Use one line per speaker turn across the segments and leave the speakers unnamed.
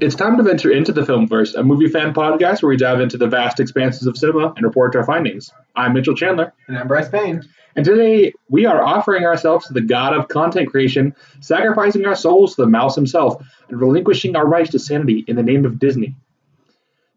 It's time to venture into the Filmverse, a movie fan podcast where we dive into the vast expanses of cinema and report our findings. I'm Mitchell Chandler,
And I'm Bryce Payne.
and today we are offering ourselves to the god of content creation, sacrificing our souls to the mouse himself, and relinquishing our rights to sanity in the name of Disney.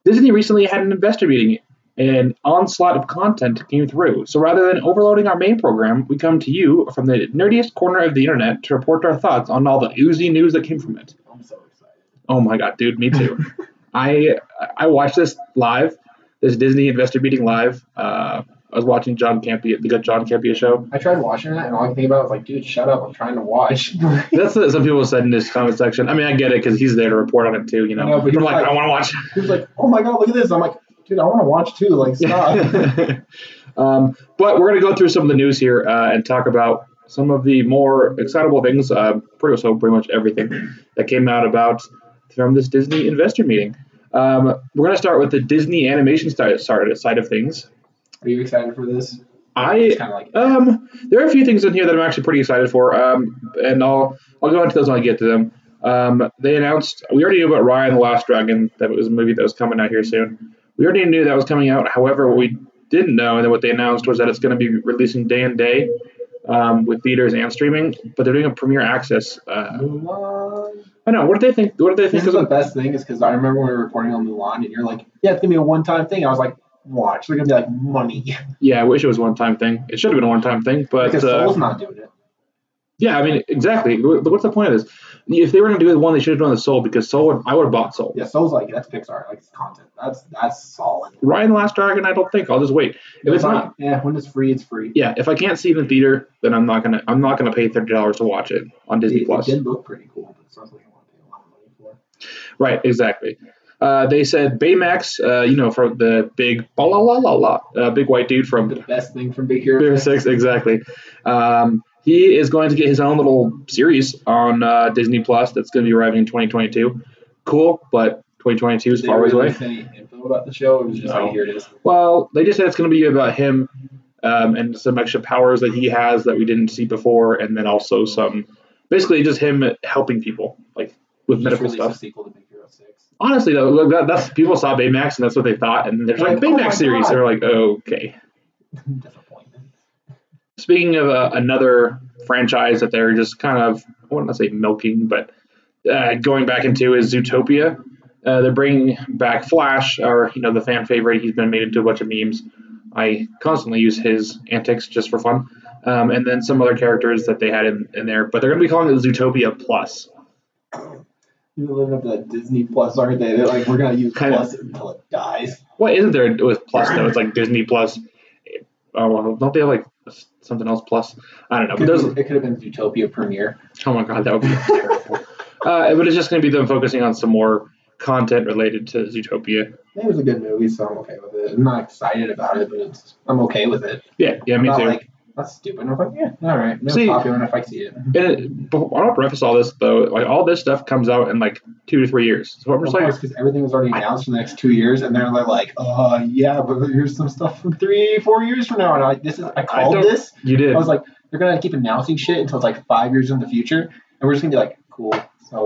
Disney recently had an investor meeting, and an onslaught of content came through. So rather than overloading our main program, we come to you from the nerdiest corner of the internet to report our thoughts on all the oozy news that came from it.
I'm so excited.
Oh my god, dude, me too. I I watched this live, this Disney investor meeting live. Uh, I was watching John Campia, the good John Campia show.
I tried watching it, and all I could think about was like, dude, shut up. I'm trying to watch. he
That's what some people said in this comment section. I mean, I get it because he's there to report on it too. You know,
I know, but
People
he's
are like,
like-
I want to watch.
was like, oh my God, look at this. I'm like, dude, I want to watch too. Like, stop.
um, but we're going to go through some of the news here uh, and talk about some of the more excitable things, uh, pretty, so pretty much everything that came out about from this Disney investor meeting. Um, we're going to start with the Disney animation side, side of things.
Are you excited for this?
I
It's kind of like,
Um, there are a few things in here that I'm actually pretty excited for. Um, and I'll I'll go into those when I get to them. Um, they announced we already knew about Ryan the Last Dragon that was a movie that was coming out here soon. We already knew that was coming out. However, what we didn't know and then what they announced was that it's going to be releasing day and day um, with theaters and streaming. But they're doing a premiere access. Uh,
Mulan.
I know. What do they think? What do they
This
think?
is
Of
the
the,
best thing is because I remember when we were recording on Mulan, and you're like, yeah, it's going to be a one time thing. I was like, watch. They're going to be like, money.
yeah, I wish it was a one-time thing. It should have been a one-time thing, but
because
uh,
Soul's not doing it.
Yeah, I mean, exactly. Wh- What's the point of this? If they were going to do the one, they should have done the Soul because Soul, would, I would have bought Soul.
Yeah, Soul's like, that's Pixar. Like, it's content. That's that's solid.
Ryan the Last Dragon, I don't think. I'll just wait. If it's not,
yeah, when it's free, it's free.
yeah, if I can't see it in the theater, then I'm not gonna, I'm not gonna pay thirty dollars to watch it on Disney
it, it
Plus.
did look pretty cool, but it's not something I want to pay a lot of money for.
Right, exactly. Uh, they said Baymax, uh, you know, from the big la la la la, uh, big white dude from
the best thing from Big Hero.
Fear Six, exactly. Um, he is going to get his own little series on uh, Disney Plus that's going to be arriving in 2022. Cool, but 2022 is
They
far
really
away.
didn't say any info about the show. It was just
No.
like here it is.
Well, they just said it's going to be about him um, and some extra powers that he has that we didn't see before, and then also some basically just him helping people like with
Just
medical
released
stuff.
A sequel to Big Hero Six.
Honestly, though, that, that's people saw Baymax and that's what they thought, and they're like
Like, oh my
Baymax series.
God.
They're like, "Oh, okay.
Disappointment.
Speaking of uh, another franchise that they're just kind of, I wouldn't say milking, but uh, going back into is Zootopia. Uh, they're bringing back Flash, or you know the fan favorite. He's been made into a bunch of memes. I constantly use his antics just for fun, um, and then some other characters that they had in, in there. But they're going to be calling it Zootopia Plus.
You're living up to that Disney Plus, aren't they? They're like, we're gonna use
Kinda.
Plus until it dies.
What isn't there with Plus though? It's like Disney Plus. Oh, well, don't they have like something else Plus? I don't know. But
Could
there's
be- it could have been Zootopia premiere.
Oh my god, that would be terrible. Uh, but it's just going to be them focusing on some more content related to Zootopia.
It was a good movie, so I'm okay with it. I'm not excited about it, but it's, I'm okay with it.
Yeah, yeah, me
not
too.
like that's stupid. I'm like, yeah, all right, no
See-
popular if I see it.
and it, but I want to preface all this though. Like all this stuff comes out in like two to three years. So what we're saying,
because everything was already announced for the next two years, and they're like, uh, yeah, but here's some stuff from three, four years from now, and I'm like, this is I called
don't-
this.
you did.
I was like, they're gonna keep announcing shit until it's like five years in the future, and we're just gonna be like, cool, so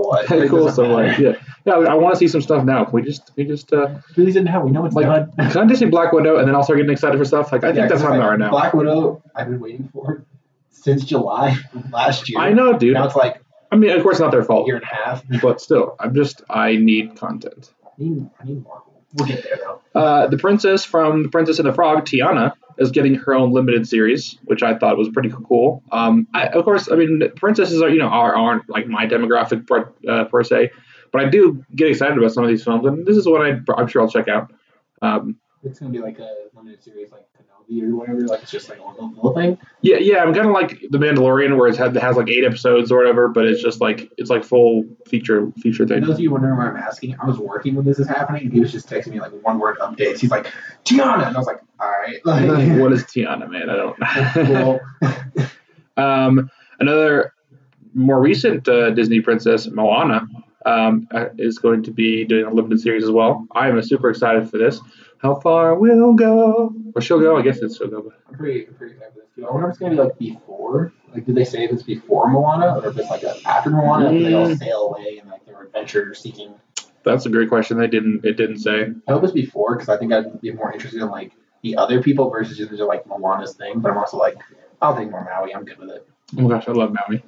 what? It
cool.
doesn't
So like,
matter.
yeah, yeah. I want to see some stuff now. Can we just, can we just, uh,
Really didn't have. We know it's
Like,
done.
can I just see Black Widow and then I'll start getting excited for stuff? Like I
Yeah,
think that's
'cause,
how
like,
they are now.
Black Widow, I've been waiting for it since July last year.
I know, dude.
Now it's like
I mean, of course, it's not their
a
fault,
year and a half. I
but still, I'm just, I need content.
need, I need Marvel. We'll get there though.
Uh, the princess from The Princess and the Frog, Tiana, is getting her own limited series, which I thought was pretty cool. Um, I, of course, I mean princesses are you know are, aren't like my demographic per, uh, per se, but I do get excited about some of these films, and this is what I, I'm sure I'll check out. Um,
It's gonna be like a limited series, like Kenobi or whatever. Like it's just like a little thing.
yeah, yeah, I'm kind of like The Mandalorian, where it has, has like eight episodes or whatever, but it's just like it's like full feature feature
For
thing.
those of you wondering why I'm asking, I was working when this is happening, and he was just texting me like one word updates. He's like, Tiana, and I was like, all right,
Like,
like,
what is Tiana, man? I don't.
cool.
Um, another more recent uh, Disney princess, Moana, um, uh, is going to be doing a limited series as well. I am super excited for this. How far we'll go, or she'll go. I guess it's she'll go.
I'm pretty, I'm pretty excited for this too. I wonder if it's gonna be like before. Like, did they say if it's before Moana or if it's like after Moana? and they all
Mm.
sail away and like their adventure seeking
That's a great question. They didn't. It didn't say.
I hope it's before because I think I'd be more interested in like the other people versus just like Moana's thing. But I'm also like, I'll take more Maui. I'm good with it.
Oh my gosh, I love Maui.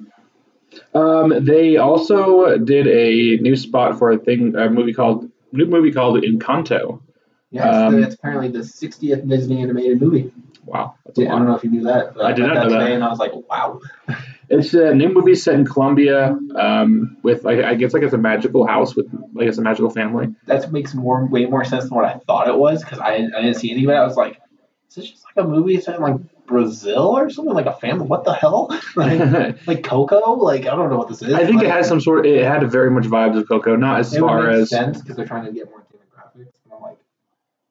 Um, they also did a new spot for a thing, a movie called new movie called Encanto.
Yeah, it's, the-
Um,
it's apparently the 60th Disney animated movie.
Wow, that's a
Yeah, I
lot.
don't know if you knew that. But
I did
read
not know
today
that.
And I was like, wow.
It's a new movie set in Colombia. Um, with I, I guess like it's a magical house with like it's a magical family.
That makes more way more sense than what I thought it was because I, I didn't see anything about it. I was like, is this just like a movie set in like Brazil or something? Like a family? What the hell? like,
I
like Coco? Like, I don't know what this is.
think
like,
it had some sort. It had very much vibes of Coco, not as
It would
far
make
as
sense because they're trying to get more demographics. And I'm like,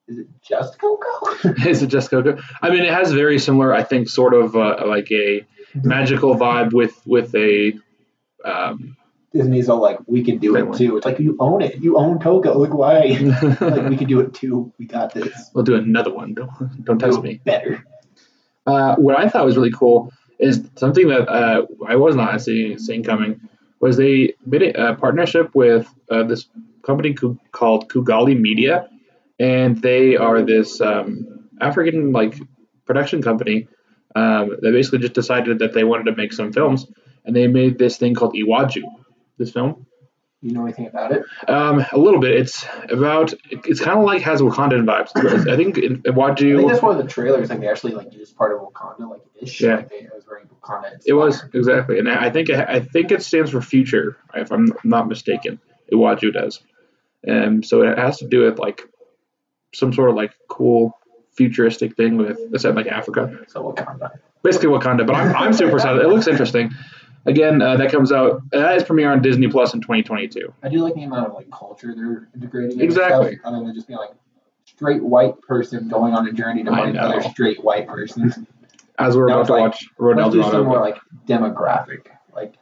is it just Coco?
is it just Coco. I mean, it has very similar. I think sort of uh, like a magical vibe with with a. Um,
Disney's all like, we can do it
Family.
too. It's like you own it. You own Coco. Look why. like
we'll
we can do it too. We got this.
do another one. Don't don't touch
Do it
me.
Better.
Uh, what I thought was really cool is something that uh, I was not seeing, seeing coming was they made a, a partnership with uh, this company cu- called Kugali Media, and they are this um, African like production company. Um, they basically just decided that they wanted to make some films, and they made this thing called Iwaju. This film,
You know anything about it?
um, a little bit. It's about. It's kind of like has Wakandan vibes. I think in-
I think that's
Iwaju.
one of the trailers. Like they actually like used part of Wakanda, like ish.
Yeah.
Like, they, it was very Wakanda.
It was
inspired.
exactly, and I think it, I think it stands for future, if I'm not mistaken. Iwaju does, and so it has to do with like some sort of like cool futuristic thing with it's in like Africa,
So Wakanda.
basically Wakanda. But I'm, I'm super excited. It looks interesting. Again, uh, that comes out that is premiere on Disney Plus in 2022.
I do like the amount of like culture they're integrating. into
Exactly.
Stuff, other than just being like straight white person going on a journey to
I
find
know.
another straight white person.
As we're
That
about
was
to
like-
watch Road El
Let's do some more
Dorado.
like demographic. Like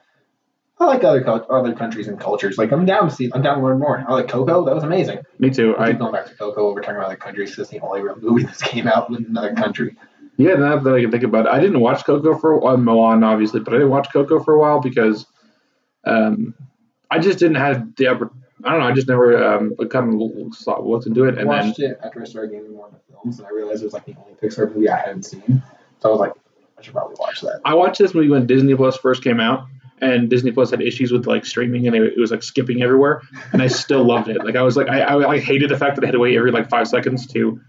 I like other co- other countries and cultures. Like I'm down to see. I'm down to learn more. I like Coco. That was amazing.
Me too.
I
I
keep going back to Coco over talking about other countries because the only real movie that's came out in another country.
Yeah, now that I can think about it, I didn't watch Coco for a while, Moan, obviously, but I didn't watch Coco for a while because um, I just didn't have the oppor- I don't know. I just never um, kind of thought what to do it,
I
and then
watched it after I started getting more into films, and I realized it was like the only Pixar movie I hadn't seen. So I was like, I should probably watch that.
I watched this movie when Disney Plus first came out, and Disney Plus had issues with like streaming, and it, it was like skipping everywhere, and I still loved it. Like I was like I, I like hated the fact that I had to wait every like five seconds to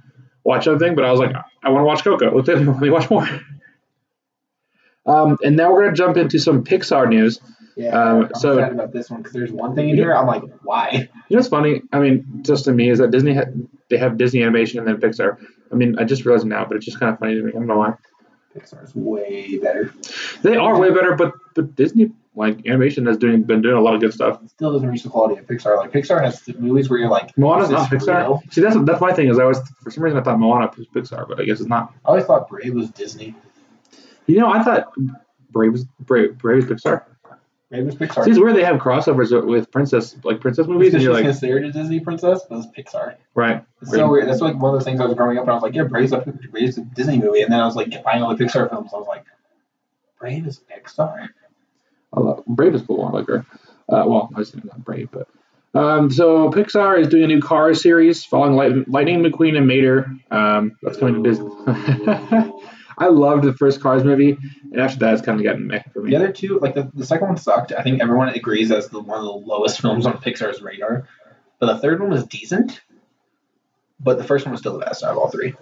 watch something, but I was like I want to watch Coco. Let me, let me watch more. Um, and now we're gonna jump into some Pixar news.
Yeah,
Um,
I'm
so-
excited about this one because there's one thing in here I'm like, why?
You know what's funny? I mean, just to me is that Disney ha- they have Disney animation and then Pixar. I mean, I just realized now, but it's just kind of funny to me. I don't know why.
Pixar's way better.
They are way better, but but Disney like animation has doing been doing a lot of good stuff.
It still doesn't reach the quality of Pixar. Like Pixar has movies where you're like,
Moana's
is this
not Pixar.
real?
See, that's that's my thing is I was for some reason I thought Moana was Pixar, but I guess it's not.
I always thought Brave was Disney.
You know, I thought Brave was Brave, Brave was Pixar.
Brave was Pixar.
See, it's where they have crossovers with princess like princess movies, and
she's
you're like,
considered a Disney princess, but it's Pixar.
right,
It's so weird. That's like one of those things I was growing up and I was like, yeah, Brave's a, Brave's a Disney movie. And then I was like, buying all the Pixar films. I was like, Brave is Pixar?
I love, Brave is cool. I like her. Uh, well, I was not Brave, but um, so Pixar is doing a new Cars series following Light- Lightning McQueen and Mater. Um, that's coming to Disney.
Ooh.
I loved the first Cars movie, and after that, it's kind of gotten meh for me.
the other two, like the, the second one sucked. I think everyone agrees that's the, one of the lowest films on Pixar's radar. But the third one was decent. But the first one was still the best out of all three.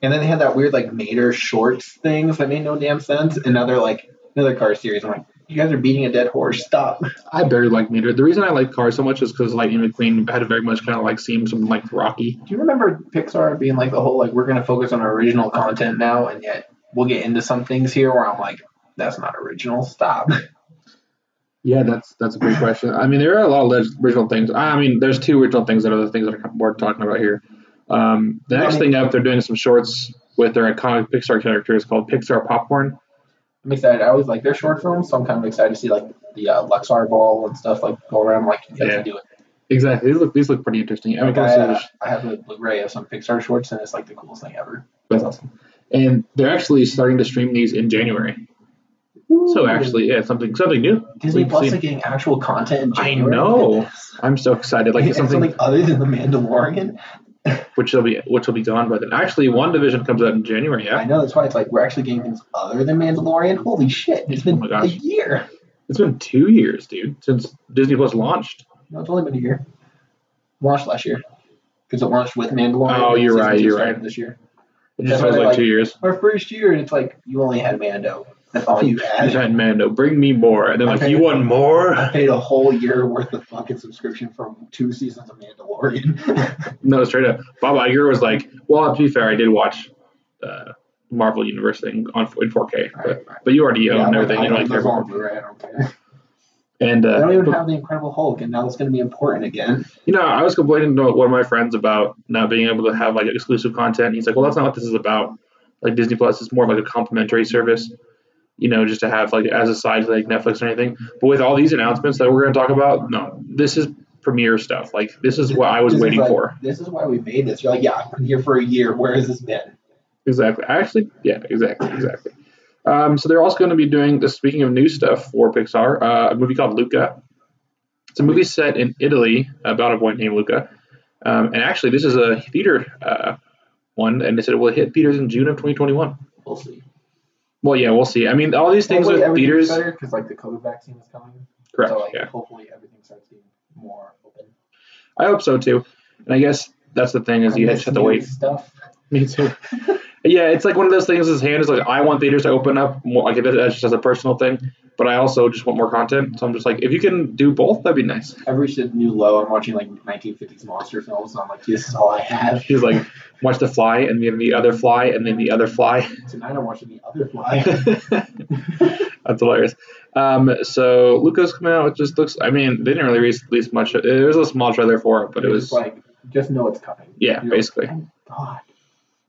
And then they had that weird like Mater shorts things that made no damn sense. And now they're like another car series. I'm like, you guys are beating a dead horse. Stop.
I barely like Mater. The reason I like Cars so much is because Lightning McQueen had a very much kind of like seemed something like Rocky.
Do you remember Pixar being like the whole like we're gonna focus on original content now, and yet we'll get into some things here where I'm like, that's not original. Stop.
Yeah, that's that's a great question. I mean, there are a lot of leg- original things. I mean, there's two original things that are the things that are worth talking about here. Um, the next
I
thing up, they're doing some shorts with their iconic Pixar characters called Pixar Popcorn.
I'm excited. I always like their short films, so I'm kind of excited to see like the uh, Luxar ball and stuff like go around. like, you guys
Yeah.
can do it.
Exactly. These look these look pretty interesting. I mean,
Like, I,
also,
uh, I have a Blu-ray of some Pixar shorts, and it's like the coolest thing ever.
that's awesome. And they're actually starting to stream these in January. So actually, yeah, something something new.
Disney
We've
Plus
seen-
is getting actual content. In
I
January.
know.
Look at this.
I'm so excited. Like
And
it's something
something other than the Mandalorian.
which will be which will be gone by then. Actually, one division comes out in January.
I
Yeah,
know that's why it's like we're actually getting things other than Mandalorian. Holy shit! It's
Oh
been
my
a
gosh.
year.
it's been two years, dude, since Disney Plus launched.
No, it's only been a year. Launched last year because it launched with Mandalorian.
Oh, you're
Season
right,
two
you're
started
right.
This year,
It just
That's why
feels
they
like,
like-
two years.
our first year, and it's like you only had Mando. That's all you
You
had.
had Mando, bring me more, and then like
Okay.
you want
I
more.
paid a whole year worth of fucking subscription for two seasons of Mandalorian.
No, straight up. Bob Iger was like, "Well, to be fair, I did watch uh, Marvel Universe thing on in 4K,
All
but,
right, right.
but you already own
I'm like,
everything.
I
You don't really
don't,
care
that's all
about."
Blu-ray, I don't care.
And
They don't
uh,
even
but-
have the Incredible Hulk, and now it's going to be important again.
you know, I was complaining to one of my friends about not being able to have like exclusive content. He's like, "Well, that's not what this is about. Like Disney Plus is more of like a complimentary service." You know, just to have like as a side to like Netflix or anything. But with all these announcements that we're going to talk about, no, this is premiere stuff. Like this is what I was
This is
waiting
like-
for.
This is why we made this. You're like, yeah, I've been here for a year. Where has this been?
Exactly. Actually, yeah, exactly, exactly. Um, so they're also going to be doing this. Speaking of new stuff for Pixar, uh, a movie called Luca. It's a movie set in Italy about a boy named Luca, um, and actually this is a theater uh, one, and they said it will hit theaters in June of 2021.
We'll see.
Well, yeah, we'll see. I mean, all these things with theaters,
because like the COVID vaccine is coming.
correct?
So like,
Yeah,
hopefully everything starts being more open.
I hope so too. And I guess that's the thing is you
I
just
miss
have to
new
wait.
Stuff.
Me too. yeah, it's like one of those things. His hand is like, I want theaters to open up. More, like that- that's just as a personal thing, but I also just want more content. So I'm just like, if you can do both, that'd be nice.
I've reached a new low. I'm watching like 1950s monster films, and I'm like, this is all I have.
He's like, watch the fly, and then the other fly, and then the other fly.
Tonight I'm watching The Other Fly.
that's hilarious. Um, so Luca's coming out. It just looks. I mean, they didn't really release, release much. There was a small trailer for it, but it
You're
was
just like, just know it's coming.
yeah,
You're like,
basically.
"Thank God.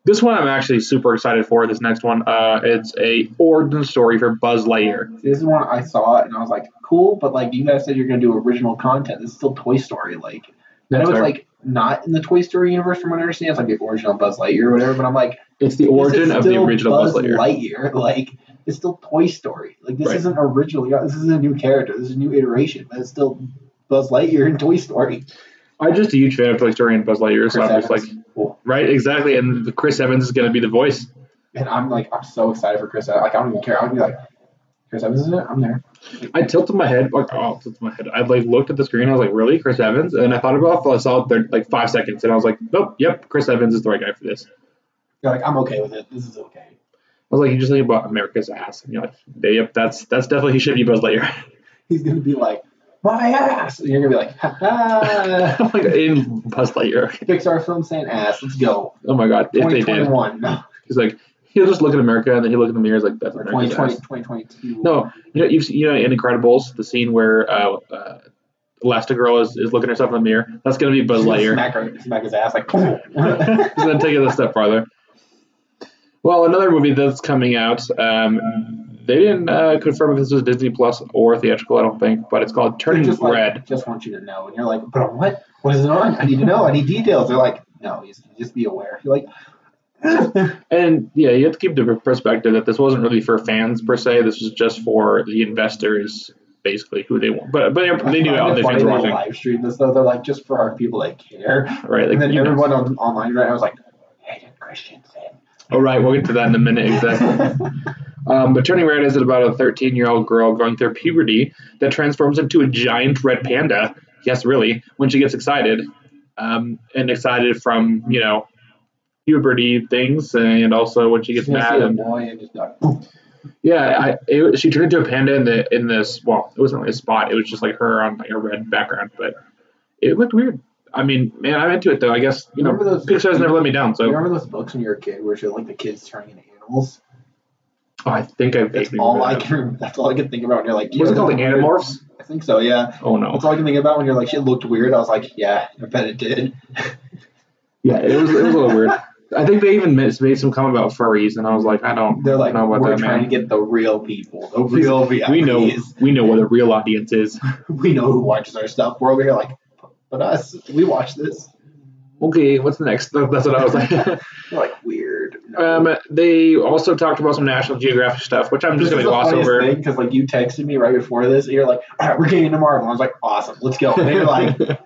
This one I'm actually super excited for. This next one, uh, it's a origin story for Buzz Lightyear.
This is when I saw it and I was like, cool, but like you guys said you're gonna do original content. This is still Toy Story. Like I know it's like not in the Toy Story universe from what I understand, it's like the origin of Buzz Lightyear or whatever, but I'm like
It's the
this is
origin of the
still
original Buzz Lightyear.
Lightyear. Like it's still Toy Story. Like this
Right.
isn't original. You know, This is a new character. This is a new iteration, but it's still Buzz Lightyear in Toy Story.
I'm just a huge fan of Toy Story and Buzz Lightyear, so
Chris
I'm just like,
Evans. cool.
right, exactly. And the Chris Evans is going to be the voice.
And I'm like, I'm so excited for Chris. Evans. Like I don't even care. I would be like, Chris Evans is in it. I'm there.
I tilted my head, like, oh, I tilted my head. I like looked at the screen, I was like, really, Chris Evans? And I thought about, it, I saw it there, like five seconds, and I was like, nope, yep, Chris Evans is the right guy for this.
You're like, I'm okay with it. This is okay.
I was like, you just think about America's ass, and you're like, yep, that's that's definitely he should be Buzz Lightyear.
He's gonna be like, my ass. And you're gonna be like, ha ha.
I'm like, in Buzz Lightyear.
Pixar film saying ass. Let's go.
Oh my god, if they did,
2021. No,
he's like, he'll just look at America, and then he'll look in the mirror, he's like, that's
or
America's
2020,
ass.
2022.
No, you know, you've seen, you know, in Incredibles, the scene where uh, uh, Elastigirl is, is looking at herself in the mirror. That's gonna be Buzz
She's gonna
Lightyear.
Smack, her, smack his ass like.
He's gonna take it a step farther. Well, another movie that's coming out. Um, they didn't uh, confirm if this was Disney Plus or theatrical. I don't think, but it's called Turning
just like,
Red.
Just want you to know, and you're like, but on what? What is it on? I need to know. I need details. They're like, no, you just, you just be aware. You're like,
And yeah, you have to keep the perspective that this wasn't really for fans per se. This was just for the investors, basically who they want. But but they knew all
That's
the
why
fans
they
were
don't
watching,
live stream this though. They're like, just for our people that care.
right? Like
and then
you know.
everyone on, online right now is like, hey, did Christian say?
All right, we'll get to that in a minute exactly. Um, but Turning Red is about a 13 year old girl going through puberty that transforms into a giant red panda. Yes, really, when she gets excited. Um, and excited from, you know, puberty things and also when she gets
You're
mad.
gonna see a
And,
boy and just be like, boom.
yeah, I, it, she turned into a panda in the in this, well, it wasn't really a spot. It was just like her on like a red background, but it looked weird. I mean, man, I'm into it though. I guess, you know,
Remember those-
Pixar's never let me down.
You
So
remember those books when you were a kid where showed like the kids turning into animals?
oh, I think I
That's
vaguely
all
remember
I
that.
can. Remember. That's all I can think about. When you're like,
Was
yeah,
it called? Like
that-
Animorphs?
I think so. Yeah.
Oh, no.
That's all I can think about when you're like, shit looked weird. I was like, yeah, I bet it did.
Yeah, it was, it was a little weird. I think they even mis- made some comment about furries, and I was like, I don't
They're like,
know about
we're
that,
trying
man.
to get the real people, the
He's-
real VIPs.
we know we know what the real audience is.
we know who watches our stuff. We're over here like, but us, we watch this.
okay, what's next? That- That's what I was like.
They're, like weird. No.
um, they also talked about some National Geographic stuff, which I'm just going to gloss over.
because like you texted me right before this, and you're like, "All right, we're getting into Marvel." I was like, "Awesome, let's go." And you're like,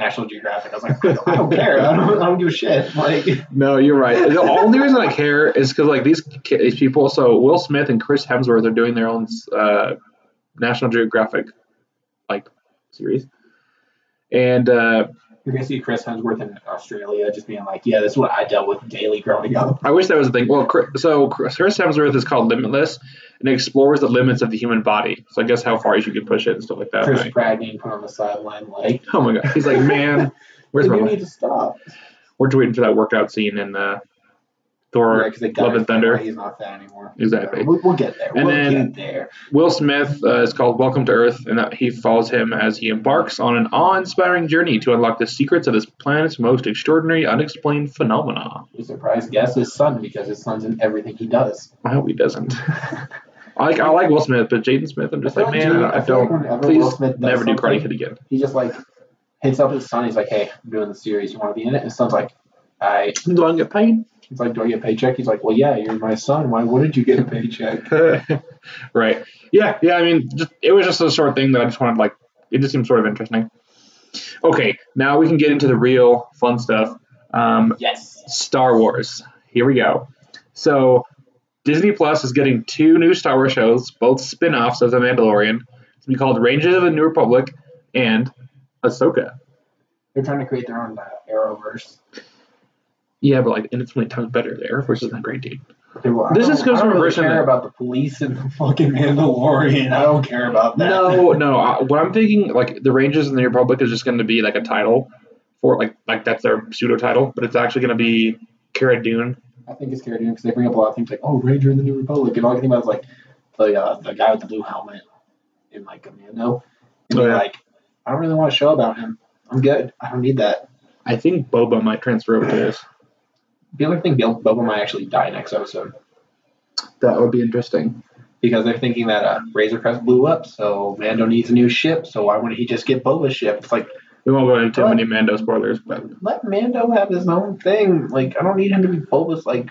"National Geographic." I was like, "I don't- "I don't care. I don't, I don't give a shit." Like,
No, you're right. The only reason I care is because like these ki- these people. So Will Smith and Chris Hemsworth are doing their own uh, National Geographic like series, and uh,
you're gonna see Chris Hemsworth in Australia just being like, "Yeah, this is what I dealt with daily growing up."
I wish that was a thing. Well, Chris, so Chris Chris Hemsworth is called Limitless, and it explores the limits of the human body. So I guess how far you can push it and stuff like that.
Chris
right?
Pratt being put on the sideline, like,
Oh my god, he's like, man, where's my
you
life?
need to stop.
We're just waiting for that workout scene in uh, Thor.
Yeah, 'cause they
Love
got
and Thunder.
He's not that anymore.
Exactly.
We'll, we'll get there.
And
we'll
then-
get there.
Will Smith uh, is called Welcome to Earth, and that he follows him as he embarks on an awe-inspiring journey to unlock the secrets of this planet's most extraordinary, unexplained phenomena.
Your surprise guest is son because his son's in everything he does.
I hope he doesn't. I like I like Will Smith, but Jaden Smith, I'm just
I
like,
feel like
man,
Jaden-
I
I feel like
don't.
whenever Will
please
Smith does
never do Karate
something-
Kid again.
He just like hits up his son. He's like, "Hey, I'm doing the series. You want to be in it?" And his son's like, "I."
Do I get paid?
He's like, "Do I get a paycheck?" He's like, "Well, yeah, you're my son. Why wouldn't you get a paycheck?"
right. Yeah. Yeah. I mean, just, it was just a short thing that I just wanted. Like, it just seemed sort of interesting. Okay, now we can get into the real fun stuff. Um,
yes.
Star Wars. Here we go. So, Disney Plus is getting two new Star Wars shows, both spin offs of The Mandalorian. It's gonna be called Rangers of the New Republic and Ahsoka.
They're trying to create their own uh, Arrowverse.
Yeah, but like, and it's only times better there, which isn't great, dude.
Okay, well, I
This
don't-
just goes
I
from
don't
a
really
person
care
that-
about the police and the fucking Mandalorian. I don't care about that.
No, no. I, what I'm thinking, like, the Rangers of the New Republic is just gonna be like a title for like, like that's their pseudo title, but it's actually gonna be Cara Dune.
I think it's Cara Dune because they bring up a lot of things like, "Oh, Ranger in the New Republic," and all I can think about is like the uh, the guy with the blue helmet in like Commando, and
Oh,
you're
yeah.
like, I don't really want a show about him. I'm good. I don't need that.
I think Boba might transfer over to this.
People are thinking Bill- Boba might actually die next episode
That would be interesting.
because they're thinking that uh, Razor Crest blew up, so Mando needs a new ship. So why wouldn't he just get Boba's ship? It's like
We won't go into too many Mando spoilers, but
let Mando have his own thing. Like I don't need him to be Boba's like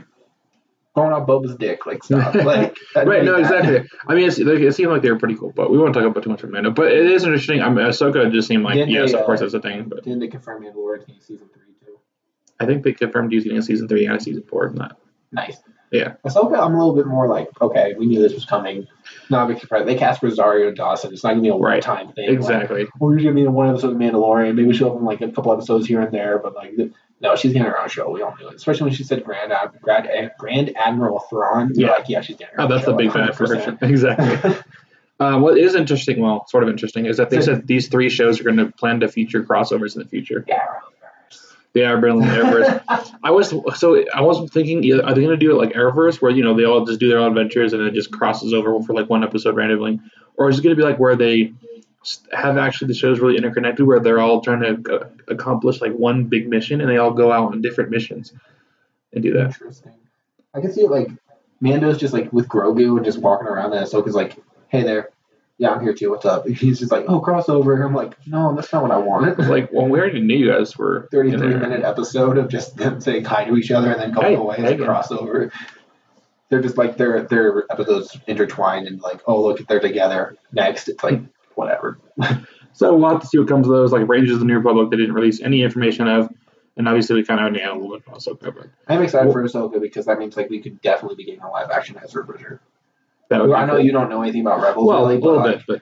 going out Boba's dick. Like stop. like I don't
Right,
need
no,
that.
exactly. I mean, it's, like, it seemed like they were pretty cool, but we won't talk about too much of Mando. But it is interesting. I mean, Ahsoka just seemed like,
Didn't
yes,
they,
of course,
uh,
that's a thing. But
Didn't they confirm Mandalorian in season three too?
I think they confirmed he's getting a season three and a season four, and that.
Nice.
Yeah.
Ahsoka, I'm a little bit more like, okay, we knew this was coming. Not a big surprise. They cast Rosario Dawson. It's not gonna be a
Right.
one-time thing. Like,
Exactly.
we're just gonna be in one episode of Mandalorian. Maybe she'll have in, like a couple episodes here and there, but like, th- no, she's getting her own show. We all knew it, especially when she said Grand Ad- Grand, Ad- Grand Admiral Thrawn. You're
Yeah.
like, yeah, she's getting. Her
Oh,
own
that's
show,
the big bad for
100%.
her. Exactly. Uh, what is interesting, well, sort of interesting, is that they said these three shows are going to plan to feature crossovers in the future.
Arrowverse.
They are building the Arrowverse. I was so I was thinking, yeah, are they going to do it like Arrowverse, where you know they all just do their own adventures and it just crosses over for like one episode randomly, or is it going to be like where they s- have actually the shows really interconnected, where they're all trying to go- accomplish like one big mission and they all go out on different missions and do that?
Interesting. I can see it like Mando's just like with Grogu and just walking around, and Ahsoka's like, "Hey there, yeah, I'm here too. What's up?" And he's just like, "Oh, crossover." And I'm like, "No, that's not what I wanted."
Like, well, we already knew you guys were in
33
there.
minute episode of just them saying hi to each other and then going
Hey,
away as
hey
a
again.
crossover. They're just like their their episodes intertwined and like, oh look, they're together. Next, it's like whatever.
So we'll have to see what comes of those. Like Rangers of the New Republic, they didn't release any information of, and obviously we kind of know a little bit about Ahsoka, but
I'm excited for Ahsoka because that means like we could definitely be getting a live action Ezra Bridger.
that would
Well,
be
I know
cool.
you don't know anything about Rebels
Well,
really,
a
but
little
like,
bit, but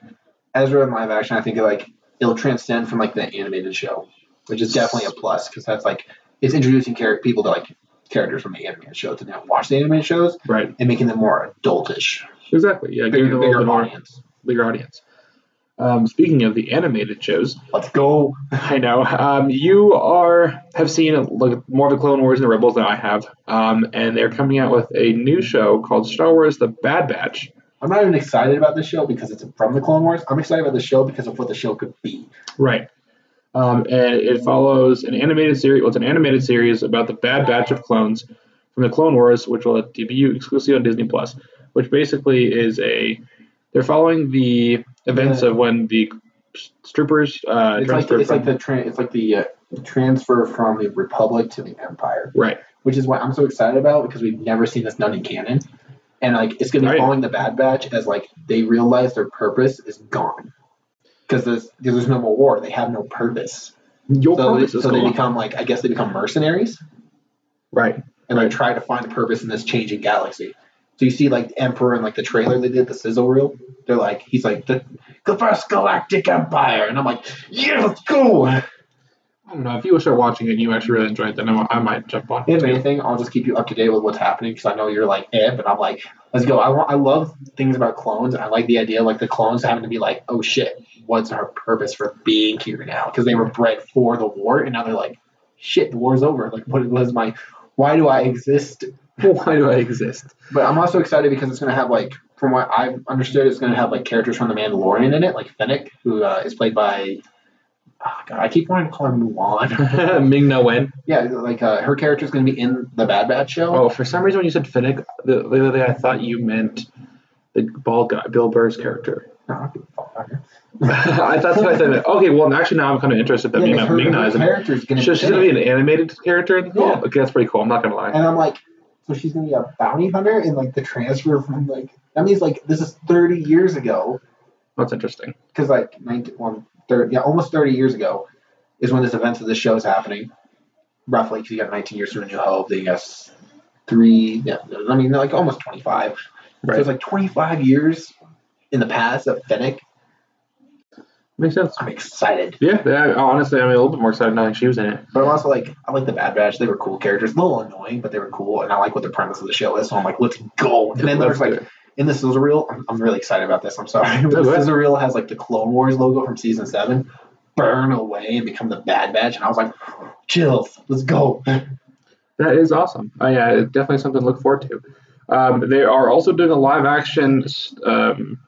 Ezra in live action, I think like it'll transcend from like the animated show, which is definitely a plus because that's like it's introducing char- people to like characters from the animated show to now watch the animated shows
right,
and making them more adultish,
exactly, yeah, give
bigger,
it a little
bigger
bit more.
audience.
bigger audience. Um, speaking of the animated shows,
Let's go.
I know um, you are have seen like more of the Clone Wars and the Rebels than I have, um, and they're coming out with a new show called Star Wars: The Bad Batch.
I'm not even excited about this show because it's from the Clone Wars. I'm excited about the show because of what the show could be.
Right. Um, and it follows an animated series. Well, it's an animated series about the Bad Batch of clones from the Clone Wars, which will debut exclusively on Disney Plus. Which basically is a they're following the events
Yeah.
of when the troopers uh,
It's like
transferred
it's
from
like the tra- it's like the uh, the transfer from the Republic to the Empire,
Right.
which is what I'm so excited about because we've never seen this done in canon. And like it's gonna be
Right.
following the Bad Batch as like they realize their purpose is gone. Because there's, 'cause there's no more war. They have no purpose.
Your
so they,
purpose is
so they
gone.
become like I guess they become mercenaries
right.
and like
Right.
try to find a purpose in this changing galaxy. So you see like the Emperor and like the trailer they did, the sizzle reel. They're like he's like the, the first galactic empire, and I'm like yeah, let's go.
I don't know. If you start watching it and you actually really enjoy it, then I, I might jump on it.
If
too.
anything, I'll just keep you up to date with what's happening because I know you're like eh, but I'm like let's go. I want I love things about clones, and I like the idea like the clones having to be like oh shit, what's our purpose for being here now? Because they were bred for the war, and now they're like shit, the war's over. Like what was my why do I exist
Why do I exist?
But I'm also excited because it's going to have like, from what I've understood, it's going to have like characters from The Mandalorian in it, like Fennec, who uh, is played by. Oh, God, I keep wanting to call her Mulan.
Ming Na Wen.
yeah, like uh, her character is going to be in the Bad Batch show.
Oh, for some reason when you said Finnick, the, the other day I thought you meant the bald guy, Bill Burr's character. I thought that's what I said. Okay, well, actually now I'm kind of interested that
Yeah,
Ming
'cause
Na
her,
Ming Na
her
is. in-
character is going to
She's
be,
going to be
Fennec.
an animated character in the
Yeah.
Okay, that's pretty cool. I'm not going to lie.
and I'm like, so she's going to be a bounty hunter and like the transfer from like that means like this is 30 years ago
That's interesting.
because like 19, well, 30, yeah, almost 30 years ago is when this event of this show is happening. Roughly, because you got 19 years from A New Hope, then you got s- three, yeah, I mean, like almost 25. So
Right.
it's like 25 years in the past of Fennec.
Makes sense.
I'm excited.
Yeah, yeah, honestly, I'm a little bit more excited now that she was in it.
But I'm also like, I like the Bad Batch. They were cool characters. A little annoying, but they were cool. And I like what the premise of the show is. So I'm like, let's go. And then
Let's
there's
do
like,
it.
in the scissor reel, I'm, I'm really excited about this. I'm sorry. But
No,
the
go ahead.
scissor reel has like the Clone Wars logo from season seven burn away and become the Bad Batch. And I was like, chills, let's go.
that is awesome. Oh, yeah, it's definitely something to look forward to. Um, they are also doing a live action um,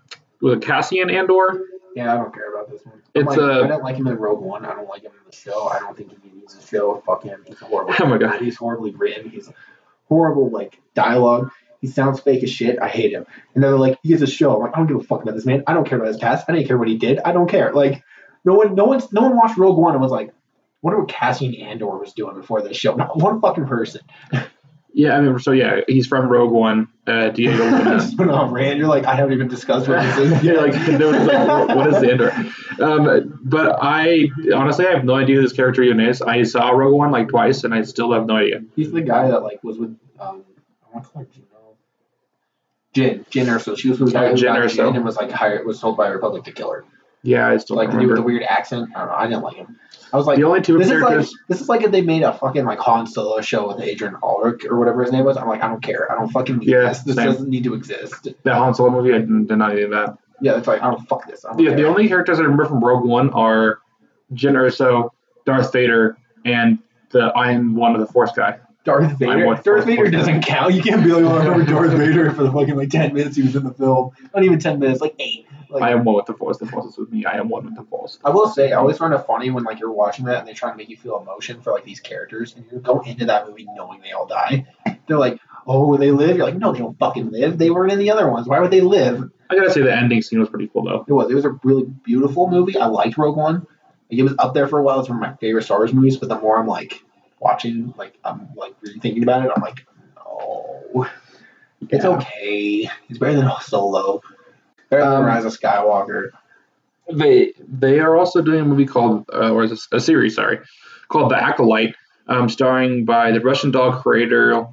with Cassian Andor.
Yeah, I don't care about this one.
It's,
I'm like,
uh,
I don't like him in Rogue One. I don't like him in the show. I don't think he needs the show. Fuck him. He's horrible.
Oh my God.
He's horribly written. He's horrible, like, dialogue. He sounds fake as shit. I hate him. And then they're like, he has a show. I'm like, I don't give a fuck about this man. I don't care about his past. I didn't care what he did. I don't care. Like, no one, no one's, no one watched Rogue One and was like, wonder what Cassian Andor was doing before this show. Not one fucking person.
Yeah, I mean, so yeah, he's from Rogue One. Uh, Diego Luna.
Just went on a rant. oh, You're like, I haven't even discussed what this is.
You're like, no one's like, "What- what is Andor? Um, but I honestly, I have no idea who this character even is. I saw Rogue One like twice, and I still have no idea.
He's the guy that like was with um I want to call her Juno. Jin, Jin Erso. She was with the guy
Oh,
who
Jin
got
Erso.
Jin and was like hired was told by Republic to kill her.
Yeah, I
So
still
like
don't
the dude with the
remember.
weird accent. I don't know. I didn't like him. I was like,
The only two
this is like
characters.
this is like if they made a fucking like Han Solo show with Adrian Ulrich or whatever his name was. I'm like, I don't care. I don't fucking need
Yeah,
this. This
same.
doesn't need to exist.
That Han Solo movie, I didn't deny any of that.
Yeah, it's like I don't fuck this. I don't
Yeah,
care.
the only characters I remember from Rogue One are Jin Erso, Darth Vader, and the I'm one of the Force guy.
Darth
I
Vader.
want-
Darth Vader doesn't count. You can't be like, oh, I remember Darth Vader for the fucking like ten minutes he was in the film. Not even ten minutes, like eight. Like,
I am one with the Force. The Force is with me. I am one with the Force.
I will say, I always find it funny when like you're watching that and they try to make you feel emotion for like these characters, and you go into that movie knowing they all die. They're like, "Oh, they live." You're like, "No, they don't fucking live. They weren't in the other ones. Why would they live?"
I gotta say, the ending scene was pretty cool though.
It was. It was a really beautiful movie. I liked Rogue One. Like, it was up there for a while. It's one of my favorite Star Wars movies. But the more I'm like watching, like I'm like really thinking about it, I'm like, "No, it's
Yeah.
okay. It's better than Solo." Better than
Um,
Rise of Skywalker.
They they are also doing a movie called uh, or is it a series, sorry, called The Acolyte, um, starring by the Russian Doll creator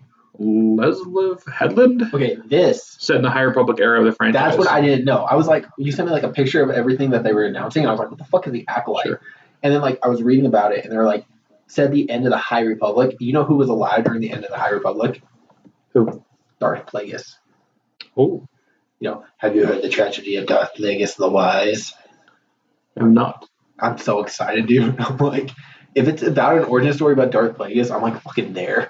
Leslev Headland,
Okay, this
set in the High Republic era of the franchise.
That's what I didn't know. I was like, you sent me like a picture of everything that they were announcing, and I was like, what the fuck is the acolyte?
Sure.
And then like I was reading about it, and they were like, said the end of the High Republic. You know who was alive during the end of the High Republic?
Who?
Darth Plagueis.
Oh,
You know, have you heard the tragedy of Darth Plagueis the Wise?
I'm not.
I'm so excited, dude. I'm like, if it's about an origin story about Darth Plagueis, I'm like fucking there.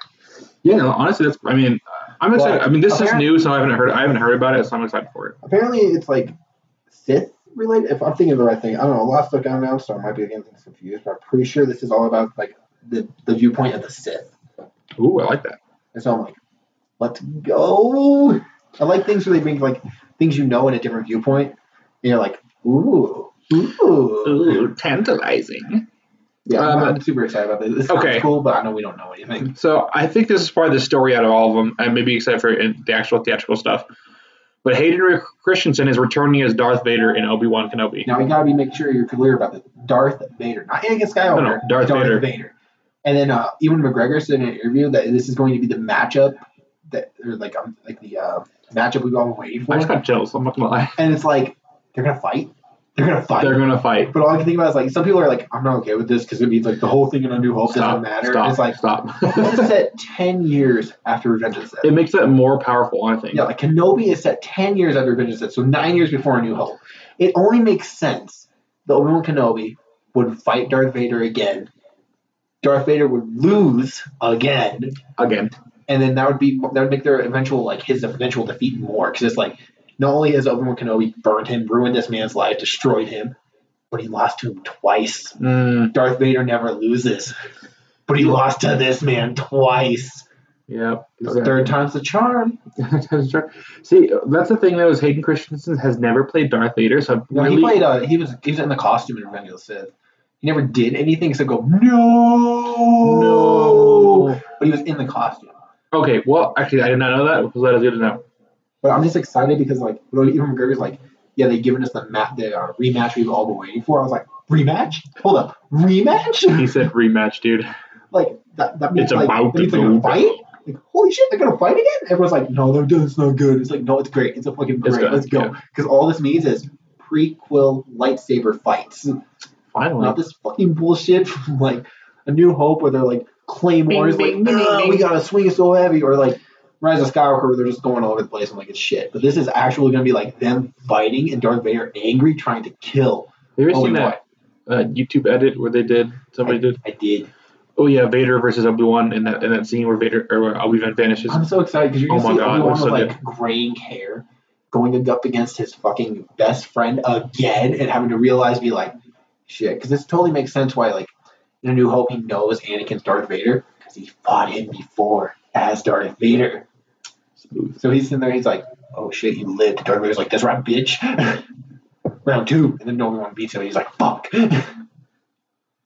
Yeah, no, honestly, that's. I mean, I'm
Well,
excited. I mean, this is
apparent-
new, so I haven't heard. I haven't heard about it, so I'm excited for it.
Apparently, it's like Sith related. If I'm thinking of the right thing, I don't know. A lot of stuff got announced, so I might be getting things confused. But I'm pretty sure this is all about like the, the viewpoint of the Sith.
Ooh, I like that.
And so I'm like, let's go. I like things where they bring like things you know in a different viewpoint. And you're like, ooh, ooh.
Ooh, tantalizing.
Yeah,
Um,
I'm not super excited about this. It's
okay.
not cool, but I know we don't know anything.
So I think this is probably the story out of all of them, and maybe except for in- the actual theatrical stuff. But Hayden Christensen is returning as Darth Vader in Obi Wan Kenobi.
Now we gotta be make sure you're clear about this. Darth Vader, not Anakin Skywalker.
No, no, Darth Vader.
And then uh, Ewan McGregor said in an interview that this is going to be the matchup that, or like, um, like the uh, matchup we've all been waiting for.
I just got chills. I'm not gonna lie.
and it's like they're gonna fight. They're gonna fight.
They're gonna fight.
but all I can think about is like some people are like, I'm not okay with this because it means like the whole thing in A New Hope
Stop.
doesn't matter.
Stop.
It's like this
stop.
is set ten years after Revenge of the Sith.
it makes it more powerful. I think.
Yeah, like Kenobi is set ten years after Revenge of the Sith, so nine years before A New Hope. It only makes sense that Obi Wan Kenobi would fight Darth Vader again. Darth Vader would lose again,
Again.
and then that would be that would make their eventual like his eventual defeat more because it's like not only has Obi Wan Kenobi burned him, ruined this man's life, destroyed him, but he lost to him twice.
Mm,
Darth Vader never loses, but he lost to this man twice.
yeah.
The Third time's the charm.
See, that's the thing though is Hayden Christensen has never played Darth Vader, so I'm
No,
really,
he played. Uh, he was he was in the costume in Revenge of the Sith. He never did anything except go no,
no.
But he was in the costume.
Okay, well, actually, I did not know that. So that is good to know.
But I'm just excited because like even McGregor's like, yeah, they've given us the ma- the uh, rematch we've all been waiting for. I was like, rematch? Hold up, rematch?
He said rematch, dude.
like that, that means
It's
like
about
that means
to
they're gonna
go
fight. Like holy shit, they're gonna fight again. Everyone's like, no, they're done. It's not good. It's like no, it's great. It's a fucking
It's
great.
good,
Let's go.
yeah.
Because all this means is prequel lightsaber fights.
Finally.
Not this fucking bullshit from like A New Hope where they're like claymores,
Bing, bing,
like
bing,
"Ugh,
bing."
we gotta swing it so heavy, or like Rise of Skywalker where they're just going all over the place and like it's shit. But this is actually gonna be like them fighting and Darth Vader angry trying to kill.
Have you ever seen
Obi-Wan.
that uh, YouTube edit where they did somebody did?
I did.
Oh yeah, Vader versus Obi Wan in that in that scene where Vader or where Obi Wan vanishes.
I'm so excited because you're
Oh
gonna
my
see
God, it
Obi Wan
was
with
so
like graying hair going up against his fucking best friend again and having to realize be like shit because this totally makes sense why like in A New Hope he knows Anakin's Darth Vader because he fought him before as Darth Vader. So he's in there. He's like, "Oh shit, you lived." Darth Vader's like, "That's right, bitch." Round two, and then no one beats him. He's like, "Fuck."
Do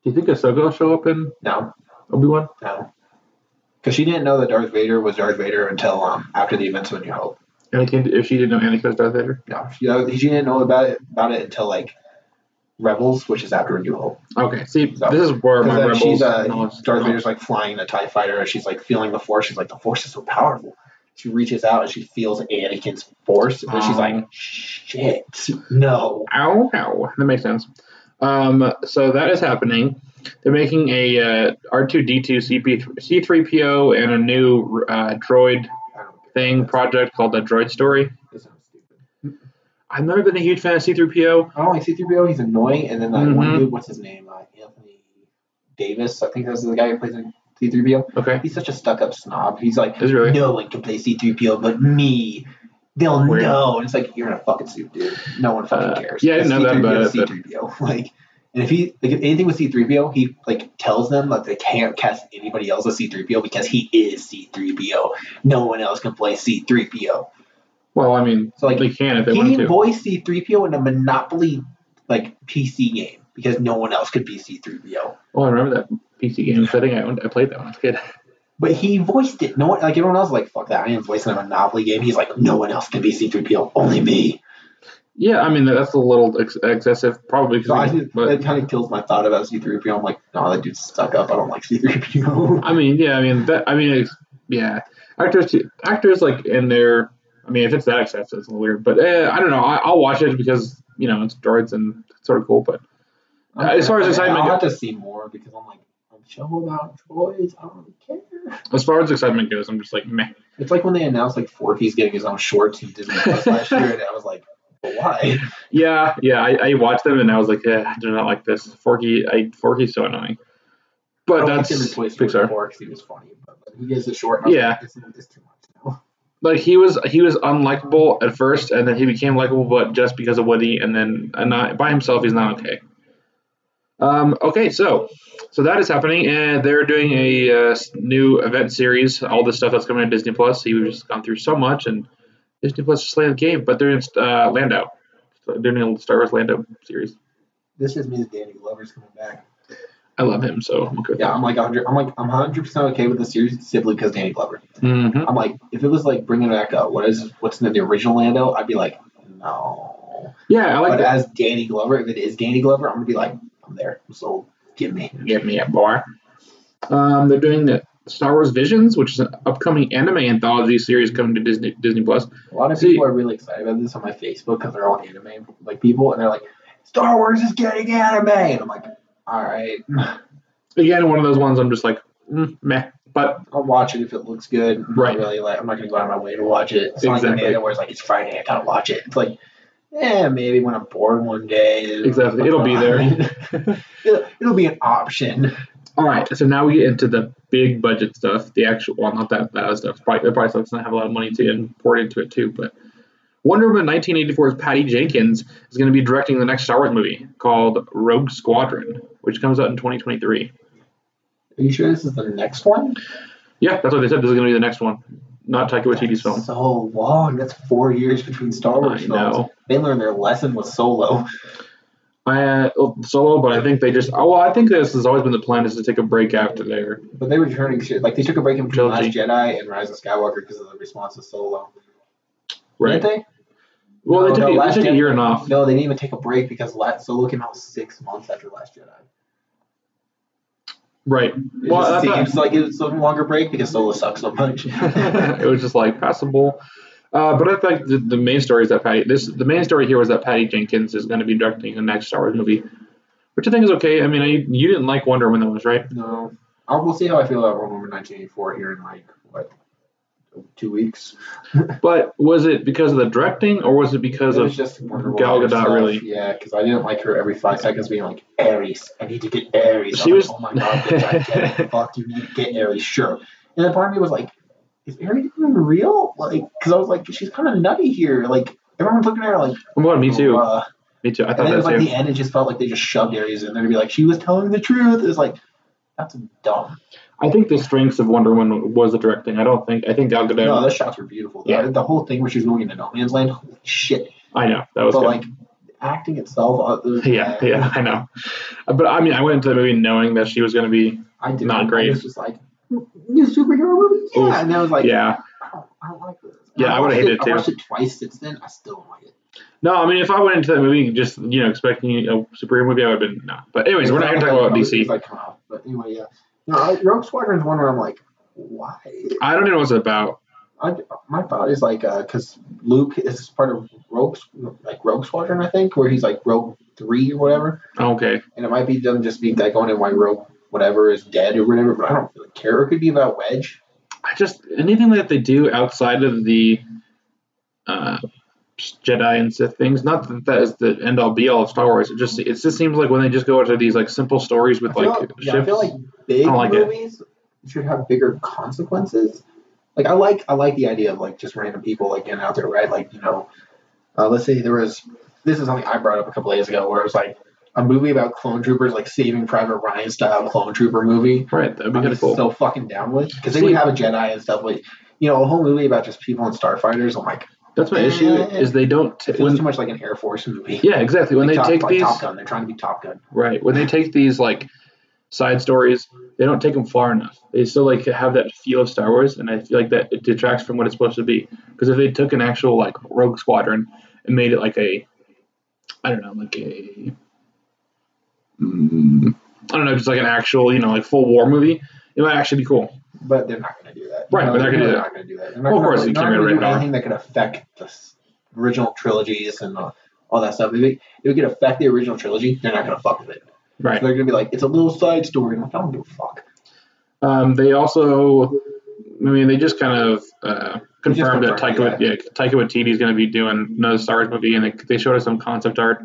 you think Ahsoka will show up in
no,
Obi Wan?
no, because she didn't know that Darth Vader was Darth Vader until um, after the events of A New Hope.
Anakin, if she didn't know Anakin was Darth Vader.
No, she, she didn't know about it about it until like Rebels, which is after A New Hope.
Okay, see,
So-
this is where my
Because
rebels.
then she's uh,
knowledge-
Darth Vader's like flying a Tie Fighter, and she's like feeling the Force. She's like, "The Force is so powerful." She reaches out and she feels Anakin's Force, and she's like,
Oh.
"Shit, no."
Ow, ow. That makes sense. Um, so that is happening. They're making a uh, R2D2 CP3, C3PO and a new uh, droid
I don't care.
thing project called the Droid Story.
That sounds stupid. Oh,
I've never been a huge fan of C3PO.
I don't like C-3PO. He's annoying. And then that
Mhm.
one dude, what's his name? Uh, Anthony Davis, I think that's the guy who plays C-3PO.
Okay,
He's such a stuck-up snob. He's like,
is it really?
no one can play C-3PO but me. They'll
Weird.
know. And it's like, you're in a fucking suit, dude. No one fucking
Uh,
cares.
yeah, I didn't know that about
C-3PO,
it, but-
C-3PO. Like, and if he like if anything with C-3PO, he like tells them that they can't cast anybody else as C-3PO because he is C-3PO. No one else can play C-3PO.
Well, I mean,
So, like,
they can if they
He
want to.
voiced C3PO in a Monopoly like PC game because no one else could be C3PO.
Oh, I remember that PC game setting. I owned. I played that one as a kid.
But he voiced it. No one like everyone else was like fuck that. I am voicing a Monopoly game. He's like no one else can be C3PO, only me.
Yeah, I mean that's a little ex- excessive, probably. 'cause
So I
we-
just,
but
that kind of kills my thought about C3PO. I'm like no, that dude's stuck up. I don't like C3PO.
I mean, yeah, I mean that. I mean, it's, yeah, actors, too- actors like in their. I mean, if it's that excessive, it's a little weird. But eh, I don't know. I, I'll watch it because you know it's droids and it's sort of cool. But Uh, as far as excitement-
I'll have to see more because I'm like I'm sure about droids. I don't care.
as far as excitement goes, I'm just like meh.
It's like when they announced like Forky's getting his own shorts and Disney Plus last year, and I was like, but why?
Yeah, yeah. I, I watched them and I was like, eh, I do not like this. Forky, I Forky's so annoying. But
I
that's
liked him in Toy Story
Pixar.
Four because he was funny, but like, he is a short. and I was
Yeah.
like, It's, it's too much now.
like he was he was unlikable at first and then he became likable but just because of Woody and then and not by himself he's not okay. Um, okay, so so that is happening and they're doing a uh, s- new event series. All this stuff that's coming to Disney Plus. He was just gone through so much and Disney Plus just slammed the game, but they're in uh, Lando. So They're doing a Star Wars Lando series.
This just means Danny Glover's coming back.
I love him, so I'm okay with
Yeah, I'm like 100. I'm like I'm 100 percent okay with the series simply because Danny Glover.
that. Mm-hmm.
I'm like, if it was like bringing back up, what is what's in the original Lando? I'd be like, no.
Yeah, I like
but
that.
as Danny Glover, if it is Danny Glover, I'm gonna be like, I'm there. So give me.
Give me a bar. Um, they're doing the Star Wars Visions, which is an upcoming anime anthology series coming to Disney Disney Plus.
A lot of
See-
people are really excited about this on my Facebook because they're all anime like people, and they're like, Star Wars is getting anime, and I'm like, all right,
Again, one of those ones I'm just like, mm, meh. But
I'll watch it if it looks good. I'm not
Right.
really, like I'm not gonna go out of my way to watch it. It's not like
Exactly.
Amanda where it's like it's Friday, I gotta watch it. It's like. Yeah, maybe when I'm bored one day.
Exactly. It'll be there.
it'll, it'll be an option.
all right, so now we get into the big budget stuff. The actual, well, not that that other stuff. Probably, the price doesn't have a lot of money to import into it too. But Wonder Woman 1984's Patty Jenkins is going to be directing the next Star Wars movie called Rogue Squadron, which comes out in 2023.
Are you sure this is the next one?
Yeah, that's what they said. This is going to be the next one, not Taika Waititi's film.
That's so long. That's four years between Star Wars
I
films.
know.
They learned their lesson with Solo.
I, uh, solo, but I think they just. Oh, well, I think this has always been the plan is to take a break after there.
But they were turning shit. Like, they took a break in between
Trilogy.
Last Jedi and Rise of Skywalker because of the response to Solo.
Right.
Didn't they?
Well, they
No,
took,
no,
a- they
Last
took a
Jedi-
year and off.
No, they didn't even take a break because La- Solo came out six months after Last Jedi.
Right.
It
Well,
just
that's not-
seems like it was a longer break because Solo sucks so much.
it was just like passable. Uh, but I think the, the main story is that Patty. This the main story here was that Patty Jenkins is going to be directing the next Star Wars movie, which I think is okay. I mean, I, you didn't like Wonder Woman, that was right.
no. I'll, we'll see how I feel about Wonder Woman 1984 here in, like, what, two weeks?
But was it because of the directing, or was it because
It
of
was just Wonder Woman
Gal Gadot,
herself,
really.
Yeah, because I didn't like her every five seconds being like Aries. I need to get Aries.
She
I
was-
was like, oh my god, bitch, I get it. Fuck, you need to get Aries, sure. And then part of me was like, is Aries even real? Like, because I was like, she's kind of nutty here. Like, everyone's looking at her like,
I'm going, oh, me too,
Uh,
me too. I
and
thought
then it
that
was like
too.
the end, it just felt like they just shoved Aries in there to be like, she was telling the truth. It was like, that's dumb.
I think the strengths of Wonder Woman was the directing. I don't think I think Gal Gadot.
No, those shots were beautiful.
Yeah.
The whole thing where she was going into No Man's Land, holy shit.
I know that was
but
good.
like, acting itself, uh, it was
yeah,
bad.
yeah, I know. But I mean, I went into the movie knowing that she was going to be.
I did
Not great.
I was just like "Mm, new superhero movie, yeah,
Oof.
and I was like,
yeah.
I, don't, I don't like this.
Yeah, I
watched
would've hated it, too.
I watched it twice since then. I still don't like it.
No, I mean, if I went into that movie just you know expecting a superhero movie, I would have been nah. But anyways, we're not going to talk about
It's
DC.
Like, come on. But anyway, yeah. No, I, Rogue Squadron is one where I'm like, why?
I don't even know what it's about.
I, my thought is like, because Luke is part of Rogue, like Rogue Squadron, I think, where he's like Rogue Three or whatever,
Okay,
and it might be them just being like going in why Rogue whatever is dead or whatever. But I don't really care. It could be about Wedge.
I just anything that they do outside of the uh, Jedi and Sith things. Not that that is the end all be all of Star Wars. It just it just seems like when they just go into these like simple stories with
I feel
like
like,
ships.
yeah, I feel like big
I don't like it.
movies should have bigger consequences. Like I like I like the idea of like just random people like getting out there, right? Like you know, uh, let's say there was this is something I brought up a couple days ago where it was like a movie about clone troopers, like Saving Private Ryan style clone trooper movie.
right, that'd be
I'm
kind of
just
cool.
so fucking down with because they
See-
would have a Jedi and stuff. Like you know, a whole movie about just people and starfighters. Oh I'm like,
That's my issue is they don't. T-
it feels
when,
too much like an Air Force movie.
yeah, exactly. When
Like
they
top,
take
like
these
Top Gun, they're trying to be Top Gun.
Right. When they take these like side stories, they don't take them far enough. They still like have that feel of Star Wars, and I feel like that it detracts from what it's supposed to be. Because if they took an actual like Rogue Squadron and made it like a, I don't know, like a, mm, I don't know, just like an actual, you know, like full war movie, it might actually be cool.
But they're not going to do that.
Right,
No,
but they're not gonna do
really
that.
not gonna do that.
Well, of
They're not gonna-
course, you
they're not
can't
gonna
get
do
rid of
anything that could affect the s- original trilogies and uh, all that stuff. If it, if it could affect the original trilogy, they're not going to fuck with it.
Right.
They're going to be like, it's a little side story. And I'm like, I don't give a fuck.
Um, they also, I mean, they just kind of uh,
They just
confirmed that Taika,
confirmed,
Wait- yeah. Taika Waititi is going to be doing another Star Wars movie, and they, they showed us some concept art,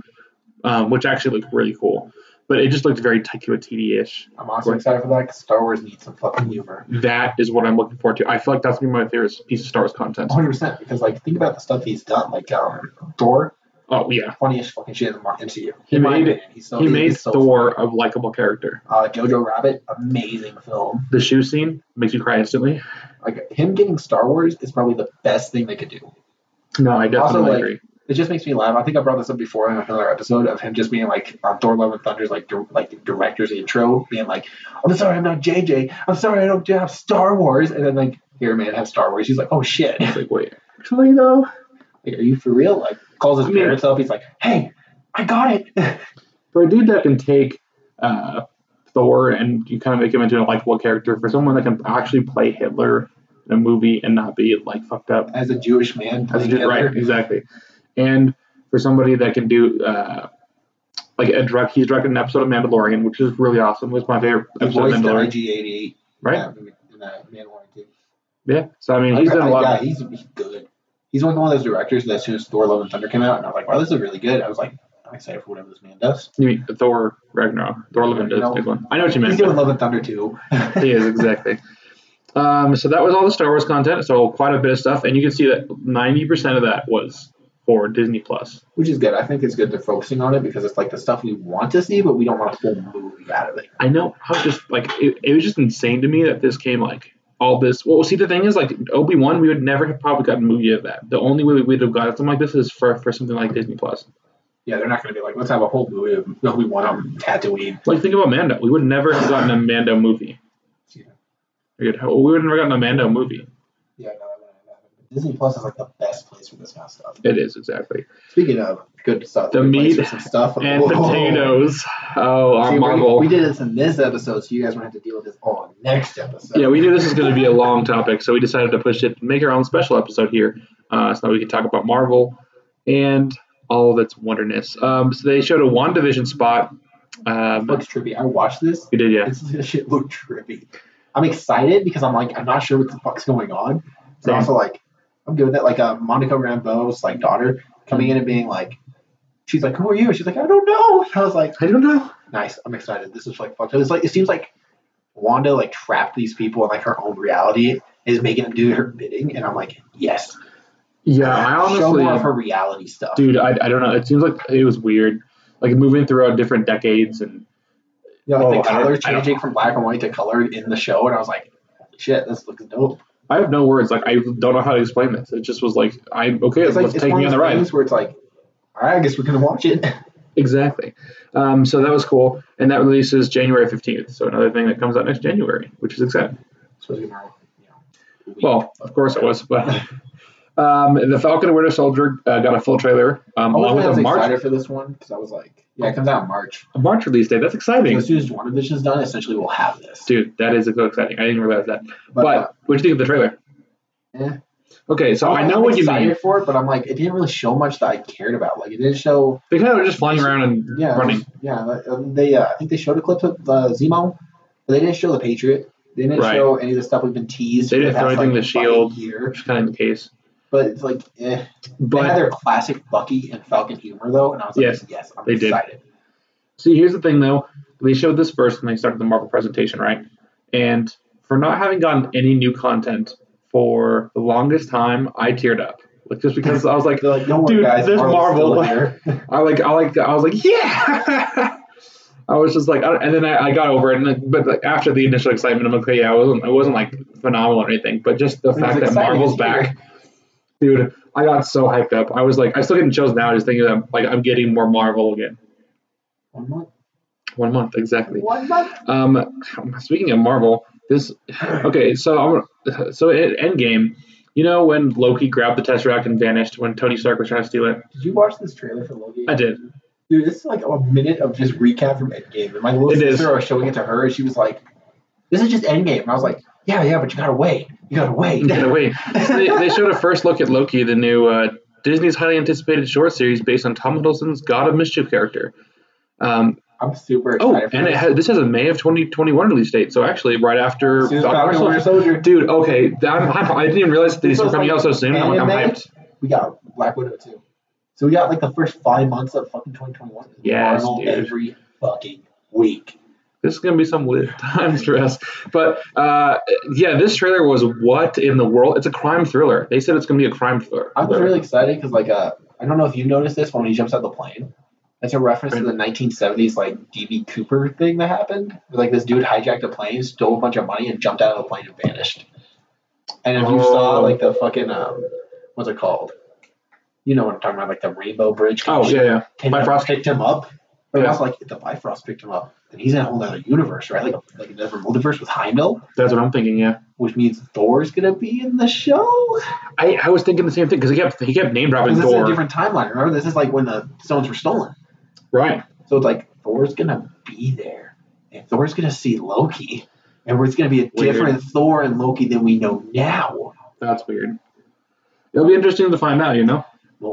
um, which actually looked really cool. But it just looked very Taika Waititi-ish.
I'm also excited for that because Star Wars needs some fucking humor.
That is what I'm looking forward to. I feel like that's gonna be my favorite piece of Star Wars content.
100% because like think about the stuff he's done like um Thor
Oh yeah,
funniest fucking shit in the mar- MCU
He
In my
made-
opinion, he's so,
he
he's
made
so
Thor a likable character.
uh, Jojo Rabbit amazing film
The shoe scene makes you cry instantly.
like him getting Star Wars is probably the best thing they could do
No, I definitely
like,
agree.
it just makes me laugh. I think I brought this up before in another episode of him just being like on Thor: Love and Thunder's like dir- like director's intro, being like, "I'm sorry, I'm not JJ. I'm sorry, I don't have Star Wars." And then like, "Here, man, have Star Wars." He's like, "Oh shit."
It's like, wait, actually though,
Like, are you for real? Like, calls his
I mean-
parents up. He's like, "Hey, I got it."
for a dude that can take uh, Thor and you kind of make him into a likable character, for someone that can actually play Hitler in a movie and not be like fucked up,
As a Jewish man,
That's
playing
just right,
Hitler.
exactly. And for somebody that can do uh, like a direct, he's directed an episode of Mandalorian, which is really awesome. It was my favorite
He
episode of
voiced the
Mandalorian,
IG-88
right?
um, in that Mandalorian too.
Yeah. So I mean, he's done a lot.
Yeah,
of,
he's, he's good. He's one of those directors that as soon as Thor: Love and Thunder came out, and I was like, "Wow, this is really good." I was like, "I'm excited for whatever this man does."
you mean Thor Ragnarok? Thor Love and
You know,
big one. I know what you
He's
meant.
doing Love and Thunder too.
he is exactly. Um, so that was all the Star Wars content. So quite a bit of stuff, and you can see that ninety percent of that was for Disney Plus.
which is good. I think it's good they're focusing on it because it's like the stuff we want to see, but we don't want a full movie out of it.
I know. I was just like, it, it was just insane to me that this came like all this. Well, see, the thing is, like Obi Wan, we would never have probably gotten a movie of that. The only way we would have gotten something like this is for for something like Disney Plus.
Yeah, they're not going to be like, let's have a whole movie of no, we want on Tatooine.
Like, think about Mando. We would never have gotten a Mando movie.
Yeah,
We would we would have never gotten a Mando movie.
yeah, no, that wouldn't happen. Disney Plus is like the best place for this kind of stuff.
It is exactly
Speaking of good stuff,
The
good place
meat
for some stuff
and
Whoa.
potatoes. Oh,
See,
our
we-
Marvel.
We, did this in this episode, so you guys won't have to deal with this on next episode.
Yeah, we knew this was going to be a long topic, so we decided to push it, make our own special episode here, uh, so that we could talk about Marvel and all of its wonderness. Um, so they showed a WandaVision spot. Um,
looks trippy. I watched this.
we did, yeah.
This is- this shit looked trippy. I'm excited because I'm like I'm not sure what the fuck's going on. But
Same.
also like I'm good with it. Like uh, Monica Rambeau's like daughter coming
Mm-hmm.
in and being like, she's like, who are you? She's like, I don't know. I was like,
I don't know.
nice. I'm excited. This is like fucked up. It's like it seems like Wanda like trapped these people in like her own reality is making them do her bidding, and I'm like, yes.
Yeah, I
show more of
honestly,
her reality stuff.
dude, I, I don't know. It seems like it was weird, like moving throughout different decades, and
Yeah, like
Oh,
the
I don't-
color
I don't-
changing from black and white to color in the show, and I was like, holy shit, this looks dope.
I have no words. Like I don't know how to explain this. It just was like I'm okay.
It's like
let's
it's
take
one
me on
of those
the ride.
things where it's like, all right, I guess we're gonna watch it.
Exactly. Um, so that was cool, and that releases January 15th. So another thing that comes out next January, which is exciting.
Supposed to be more, you know, weak.
Well, of course it was, but um, the Falcon and Winter Soldier uh, got a full trailer um,
I
along
wasn't
with
as
a March Oh.
excited for this one because I was like, yeah, it comes out in March.
a March release date. That's
So
exciting,
as soon as WandaVision is done, essentially we'll have this.
dude. That is so exciting. I didn't realize that. But,
uh,
what do you think of the trailer?
Eh.
Okay, so I
I'm
know what you
excited
mean.
for it, but I'm like, it didn't really show much that I cared about. Like, it didn't show.
They kind of were just flying around and
Yeah, it was-
running.
yeah. like, um, They, uh, I think they showed a clip of uh, Zemo, but they didn't show the Patriot. They didn't
Right.
show any of the stuff we've been teased.
They
for
didn't
the
throw
past,
anything
like,
to Shield.
fucking Year,
Which is kind of the case.
but it's like, eh. they had
But
their classic Bucky and Falcon humor though, and I was like,
Yes,
yes, I'm
they did.
excited.
see, here's the thing though. They showed this first, and they started the Marvel presentation, right? And for not having gotten any new content for the longest time, I teared up. Like just because I was like,
They're like, don't worry,
Dude,
guys,
there's Marvel.
Marvel's still here.
I like I like I was like yeah. I was just like, I, and then I, I got over it, and then, but like after the initial excitement, I'm like, okay, yeah, I wasn't, I wasn't like phenomenal or anything, but just the
was
fact that
exciting to
Marvel's
see
back, dude, I got so hyped up. I was like, I'm still getting chills now, just thinking that I'm, like I'm getting more Marvel again.
One month.
One month exactly.
One month.
Um, speaking of Marvel, this okay, so I'm, so in Endgame, you know when Loki grabbed the Tesseract and vanished when Tony Stark was trying to steal it,
Did you watch this trailer for Logan?
I did.
Dude, this is like a minute of just recap from Endgame. And my little
It
sister
is.
was showing it to her, and she was like, "This is just Endgame." And I was like, "Yeah, yeah, but you gotta wait. You gotta wait."
Yeah, wait. So they, they showed a first look at Loki, the new uh, Disney's highly anticipated short series based on Tom Hiddleston's God of Mischief character. Um,
I'm super
oh,
excited. for
and it
this.
has, this has a May of 2021 release date, so actually right after
Soon as
Falcon
Falcon
Winter
Winter
Soldier-
Soldier.
Dude, okay, I'm, hyped. I didn't even realize that
This
these were
was
coming
like
out so soon. I'm like, I'm
anime?
hyped.
We got Black Widow too. So we got like the first five months of fucking 2021.
Yes,
Marvel
dude.
every fucking week.
This is gonna be some weird time stress, but uh, yeah, this trailer was what in the world? It's a crime thriller. They said it's gonna be a crime thriller.
I was really excited because, like, uh, I don't know if you noticed this when he jumps out the plane. That's a reference to the 1970s, like, D.B. Cooper thing that happened. Like, this dude hijacked a plane, stole a bunch of money, and jumped out of the plane and vanished. And if you saw,
Oh.
like, the fucking, um, what's it called? you know what I'm talking about, like the Rainbow Bridge.
Oh yeah, yeah.
Can
Bifrost.
picked him up. But
Yeah.
I was like, if the Bifrost picked him up, then he's in a whole other universe, right? Like like another multiverse with Heimdall,
That's what I'm thinking. Yeah,
which means Thor's gonna be in the show.
I, I was thinking the same thing because he kept he kept name dropping
Because this is a
Thor.
different timeline. Remember, this is like when the stones were stolen.
Right.
So it's like Thor's gonna be there, and Thor's gonna see Loki, and it's gonna be a
Weird.
different Thor and Loki than we know now.
That's weird. It'll be interesting to find out. You know.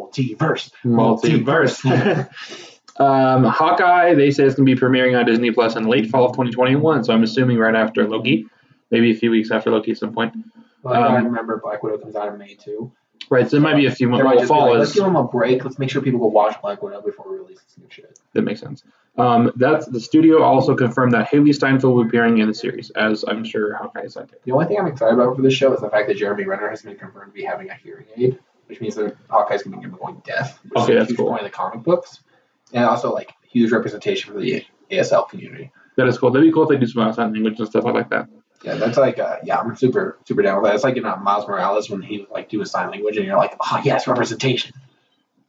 Multiverse.
Multiverse. um, Hawkeye, they say it's going to be premiering on Disney Plus in late fall of 2021, so I'm assuming right after Loki, maybe a few weeks after Loki at some point.
Well, I gotta
Um,
remember Black Widow comes out in May too.
Right, so it might be a few months.
There might
Well,
just be
fall
like, Let's
is
give them a break. Let's make sure people go watch Black Widow before we release this new shit.
that makes sense. Um, that's the studio also confirmed that Haley Steinfeld will be appearing in the series, as I'm sure Hawkeye is like.
The only thing I'm excited about for this show is the fact that Jeremy Renner has been confirmed to be having a hearing aid, which means that Hawkeye's going to be going deaf,
Okay,
which is a
that's
huge
cool.
point in the comic books, and also like huge representation for the ASL community.
That is cool. That'd be cool if they do some outside language and stuff like that.
Yeah, that's like uh, yeah, I'm super super down with that. It's like you know Miles Morales when he was like doing sign language, and you're like, oh yes, representation.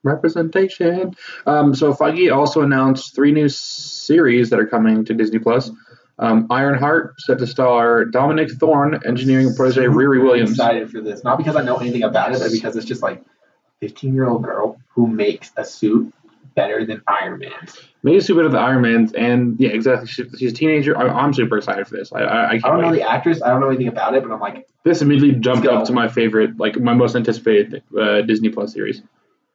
representation. Um, so Feige also announced three new series that are coming to Disney Plus. Um, Ironheart, set to star Dominic Thorne, engineering protege Riri Williams.
Excited for this, not because I know anything about it, but because it's just like 15 year old girl who makes a suit better than Iron Man's.
Maybe super of the Iron Man's, and yeah, exactly. She, she's a teenager. I, I'm super excited for this. I, I, I
I
can't
don't know
wait.
the actress, I don't know anything about it, but I'm like,
This immediately jumped
Let's go.
up to my favorite, like my most anticipated uh, Disney Plus series.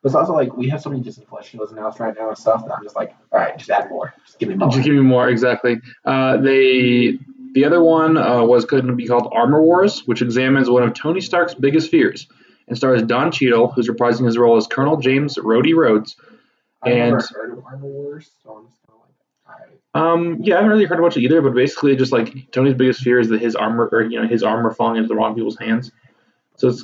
But it's also like we have so many Disney Plus shows announced right now and stuff that I'm just like, all right, just add more. Just give me more.
Just give me more. Exactly. Uh, they the other one uh, was going to be called Armor Wars, which examines one of Tony Stark's biggest fears, and stars Don Cheadle, who's reprising his role as Colonel James Rhodey Rhodes.
I've never
and-
heard of Armor Wars, so I'm just kind of like, all right.
Um, yeah, I haven't really heard much either, but basically, just like Tony's biggest fear is that his armor, or you know, his armor falling into the wrong people's hands. So it's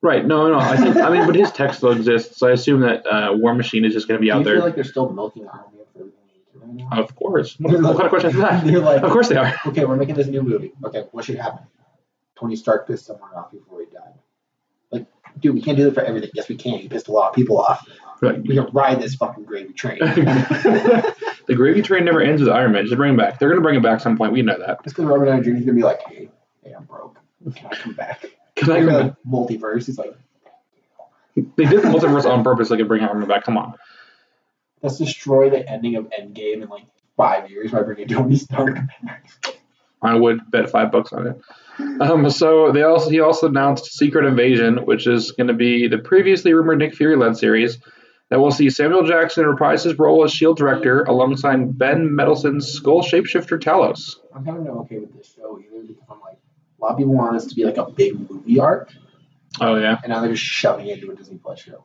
right. No, no. I think I mean, but his tech still exists, so I assume that uh, War Machine is just going to be
Do you
out
feel
there.
like they're still milking Iron Man for everything they do right now?
of course. What, what kind of question is that?
They're like,
Of course they are.
okay, we're making this new movie. Okay, what should happen? Tony Stark pissed someone off before he died. Like, dude, we can't do that for everything. Yes, we can. He pissed a lot of people off.
Like,
We can ride this fucking gravy train.
the gravy train never ends with Iron Man. Just bring him back. They're gonna bring him back some point. We know that.
Just because Robert Downey Jr. is gonna be like, hey, hey, I'm broke. Can I come back?
Can I
They're
come
gonna,
back?
like, multiverse. He's like,
They did the multiverse on purpose. They could bring Iron Man back. Come on.
let's destroy the ending of Endgame in like five years by bringing Tony Stark.
I would bet five bucks on it. Um, so they also he also announced Secret Invasion, which is going to be the previously rumored Nick Fury led series that will see Samuel Jackson reprise his role as Shield E director alongside Ben Mendelsohn's Skull Shapeshifter Talos.
I'm kind of not okay with this show either because I'm like, a lot of people want this to be like a big movie arc,
Oh yeah,
and now they're just shoving it into a Disney Plus show.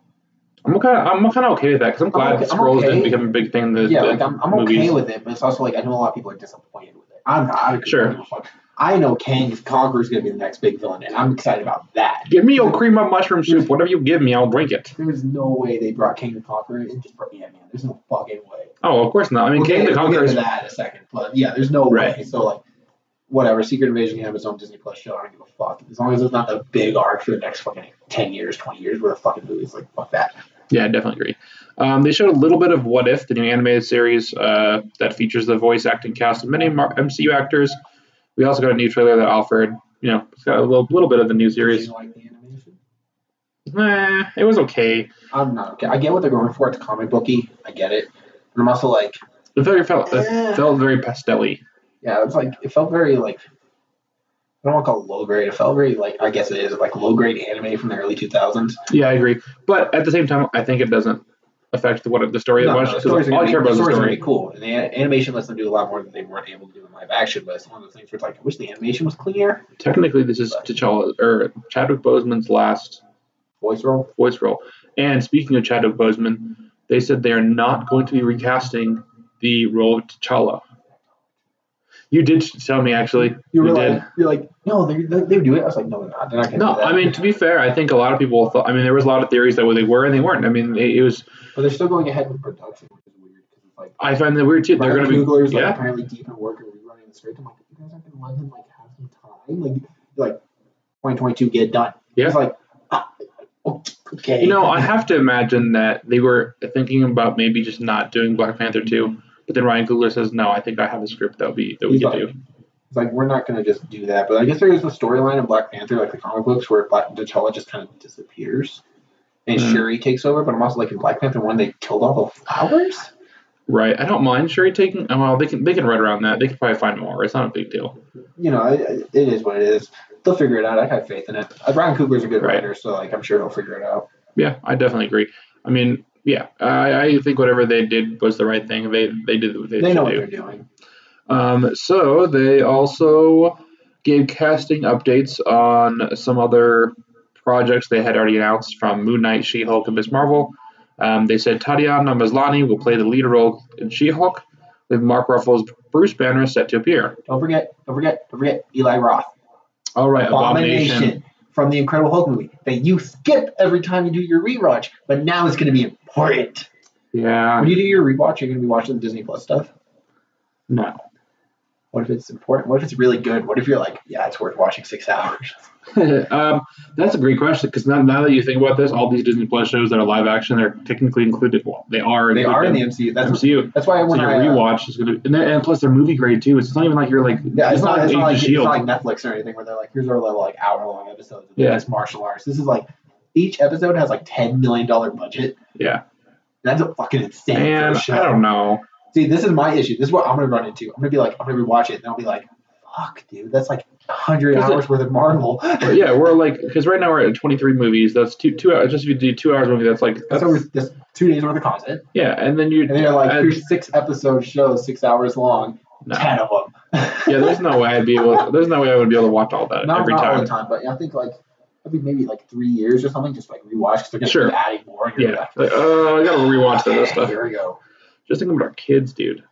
I'm kind of I'm kind of okay with that because I'm glad
okay- I'm
scrolls
okay.
didn't become a big thing. in The,
yeah,
the
like I'm, I'm
movies.
okay with it, but it's also like I know a lot of people are disappointed with it. I'm not. I don't
Sure.
give a fuck. I know Kang the Conqueror is going to be the next big villain, and I'm excited about that.
Give me your cream of mushroom soup. Whatever you give me, I'll drink it.
There's no way they brought King the Conqueror in just for Ant Man. There's no fucking way.
Oh, of course not. I mean, King the
we'll
Conqueror
get
is
to that in a second, but yeah, there's no way.
Right.
So like, whatever. Secret Invasion can have its own Disney Plus show. I don't give a fuck. As long as it's not a big arc for the next fucking ten years, twenty years worth of fucking movies, like fuck that.
Yeah, I definitely agree. Um, they showed a little bit of What If, the new animated series uh, that features the voice acting cast of many mar- MCU actors. We also got a new trailer that offered, you know, it's got a little, little bit of the new
Do
series.
you like the animation?
Nah, it was okay.
I'm not okay. I get what they're going for. It's comic booky. I get it. But I'm also like,
It very felt it felt very pastelly.
yeah, it's like it felt very like. I don't want to call it low grade. It felt very like I guess it is like low grade anime from the early 2000s.
Yeah, I agree. But at the same time, I think it doesn't affect the, what if, the story that
No, no,
much
the
because
stories are
all
gonna
I
be-
care about is the
stories are gonna
story.
be cool, and the an- animation lets them do a lot more than they weren't able to do in live action. But it's one of those things where it's like, I wish the animation was cleaner.
Technically, this is T'Challa or Chadwick Boseman's last
Voice roll.
voice role. And speaking of Chadwick Boseman, they said they are not going to be recasting the role of T'Challa. You did tell me actually.
You
You,
were like,
did.
you're like, no, they they they do it. I was like, no, they're not. They're not gonna
No,
do that.
I mean to be fair, I think a lot of people thought. I mean, there was a lot of theories that well, they were and they weren't. I mean, it, it was.
but they're still going ahead with production, which is weird because it's like
I find that weird too. They're
Ryan
going to
Coogler's
be.
like
Yeah,
apparently deep in work and rerunning the script. I'm like, you guys aren't gonna let him like have some time, like like 2022 get done.
Yeah.
It's like, ah, oh, Okay.
You know, I have to imagine that they were thinking about maybe just not doing Black Panther 2, but then Ryan Coogler says, "No, I think I have a script that we that we
He's
can
like-
do."
It's like we're not gonna just do that, but I guess there is a storyline in Black Panther, like the comic books, where Black T'Challa just kind of disappears, and
Hmm.
Shuri takes over. But I'm also like in Black Panther one, they killed all the flowers.
Right. I don't mind Sherry taking. oh, Well, they can they can run around that. They could probably find more. It's not a big deal.
You know, it, it is what it is. They'll figure it out. I have faith in it. Uh, Brian Coogler's a good
Right.
writer, so like I'm sure he'll figure it out.
Yeah, I definitely agree. I mean, yeah, I, I think whatever they did was the right thing. They they did what they,
They
should
know what
do.
they're doing.
Um, so they also gave casting updates on some other projects they had already announced from Moon Knight, She Hulk, and Miss Marvel. Um, they said Tatiana Maslany will play the lead role in She Hulk, with Mark Ruffalo's Bruce Banner set to appear.
Don't forget, don't forget, don't forget Eli Roth.
All right,
Abomination.
Abomination.
from the Incredible Hulk movie that you skip every time you do your rewatch, but now it's gonna be important.
Yeah,
When you do your rewatch, you're gonna be watching the Disney Plus stuff.
no.
What if it's important? What if it's really good? What if you're like, yeah, it's worth watching six hours?
um, that's a great question because now, now that you think about this, all these Disney Plus shows that are live action are technically included. Well, they are.
They are in the
included
MCU. That's
MCU.
that's why
So
when
your
I uh,
rewatch is gonna, and, then, and plus they're movie grade too. It's not even like you're like
yeah, it's, not, it's, not like,
Agents
it's
of Shield.
not like Netflix or anything where they're like, here's our little like hour long episodes of
Yeah.
this martial arts. This is like each episode has like ten million dollar budget.
Yeah.
That's a fucking insane. for a
Man,
show.
I E don't know.
See, this is my issue. This is what I'm gonna run into. I'm gonna be like, I'm gonna rewatch it, and I'll be like, fuck, dude, that's like hundred
'Cause it-
hours worth of Marvel.
But yeah, we're like because right now we're at 23 movies. That's two two hours. Just if you do two hours movie, that's like
That's over that's two days worth of content.
yeah. And then you
And they're like,
I-
here's six episode shows, six hours long,
No.
ten of them.
yeah. There's no way I'd be able. There's no way I would be able to watch all that
not,
every
not all
time.
the time, but I think like every maybe like three years or something, just like rewatch because they're gonna
Sure.
keep adding more. And you're
Yeah.
like,
Like, oh, I gotta rewatch that other stuff.
Here we go.
Just think about our kids, dude.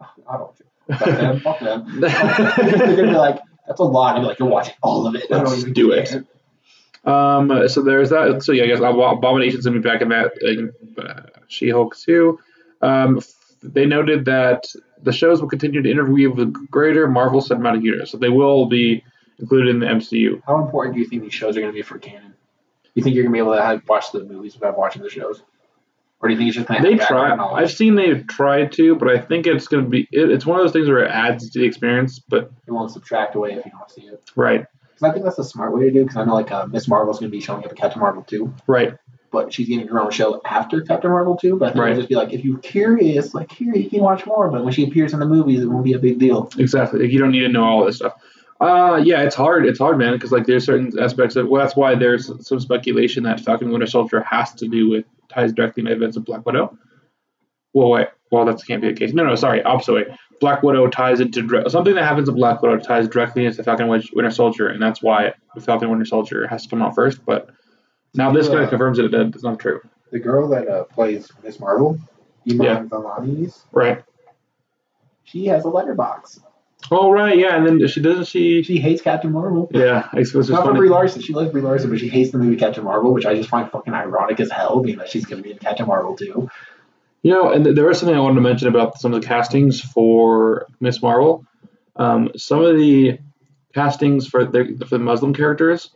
I don't. Fuck them. Fuck them. they're gonna be like, that's a lot. I'm like, you're watching all of it. I don't
Let's
even
do it.
care.
Um, so there's that. So yeah, I guess Ab- Abomination's gonna be back in that. Uh, she Hulk too. Um, f- they noted that the shows will continue to interview the greater Marvel Cinematic Universe, so they will be included in the MCU.
How important do you think these shows are gonna be for canon? You think you're gonna be able to have, watch the movies without watching the shows, or do you think it's just gonna
They
have
try.
background
I've
knowledge?
seen they try to, but I think it's gonna be. It, it's one of those things where it adds to the experience. But
It won't subtract away if you don't see it.
right,
Because I think that's the smart way to do. Because I know like uh, Miss Marvel's gonna be showing up at Captain Marvel too.
right,
but she's getting her own show after Captain Marvel too. But I think
Right.
it'll just be like, if you're curious, like here you can watch more. But when she appears in the movies, it won't be a big deal.
exactly. Like, you don't need to know all this stuff. Uh, yeah, it's hard. It's hard, man, because like there's certain aspects of. Well, that's why there's some speculation that Falcon Winter Soldier has to do with ties directly to events of Black Widow. Well, wait. Well, that can't be the case. No, no, sorry, opposite way. Black Widow ties into dire- something that happens in Black Widow ties directly into Falcon Win- Winter Soldier, and that's why the Falcon Winter Soldier has to come out first. But now this kind
Yeah.
of confirms it. That it's not true,
The girl that uh, plays Miss Marvel, Iman
Yeah.
Vellani's,
right?
she has a letterbox.
Oh, right, yeah. And then she doesn't she.
She hates Captain Marvel.
Yeah, it's, it's
It's not
just
for
funny.
Brie Larson. She loves Brie Larson, but she hates the movie Captain Marvel, which I just find fucking ironic as hell, being that she's going to be in Captain Marvel too.
You know, and th- there is something I wanted to mention about some of the castings for Miss Marvel. Um, some of the castings for the for the Muslim characters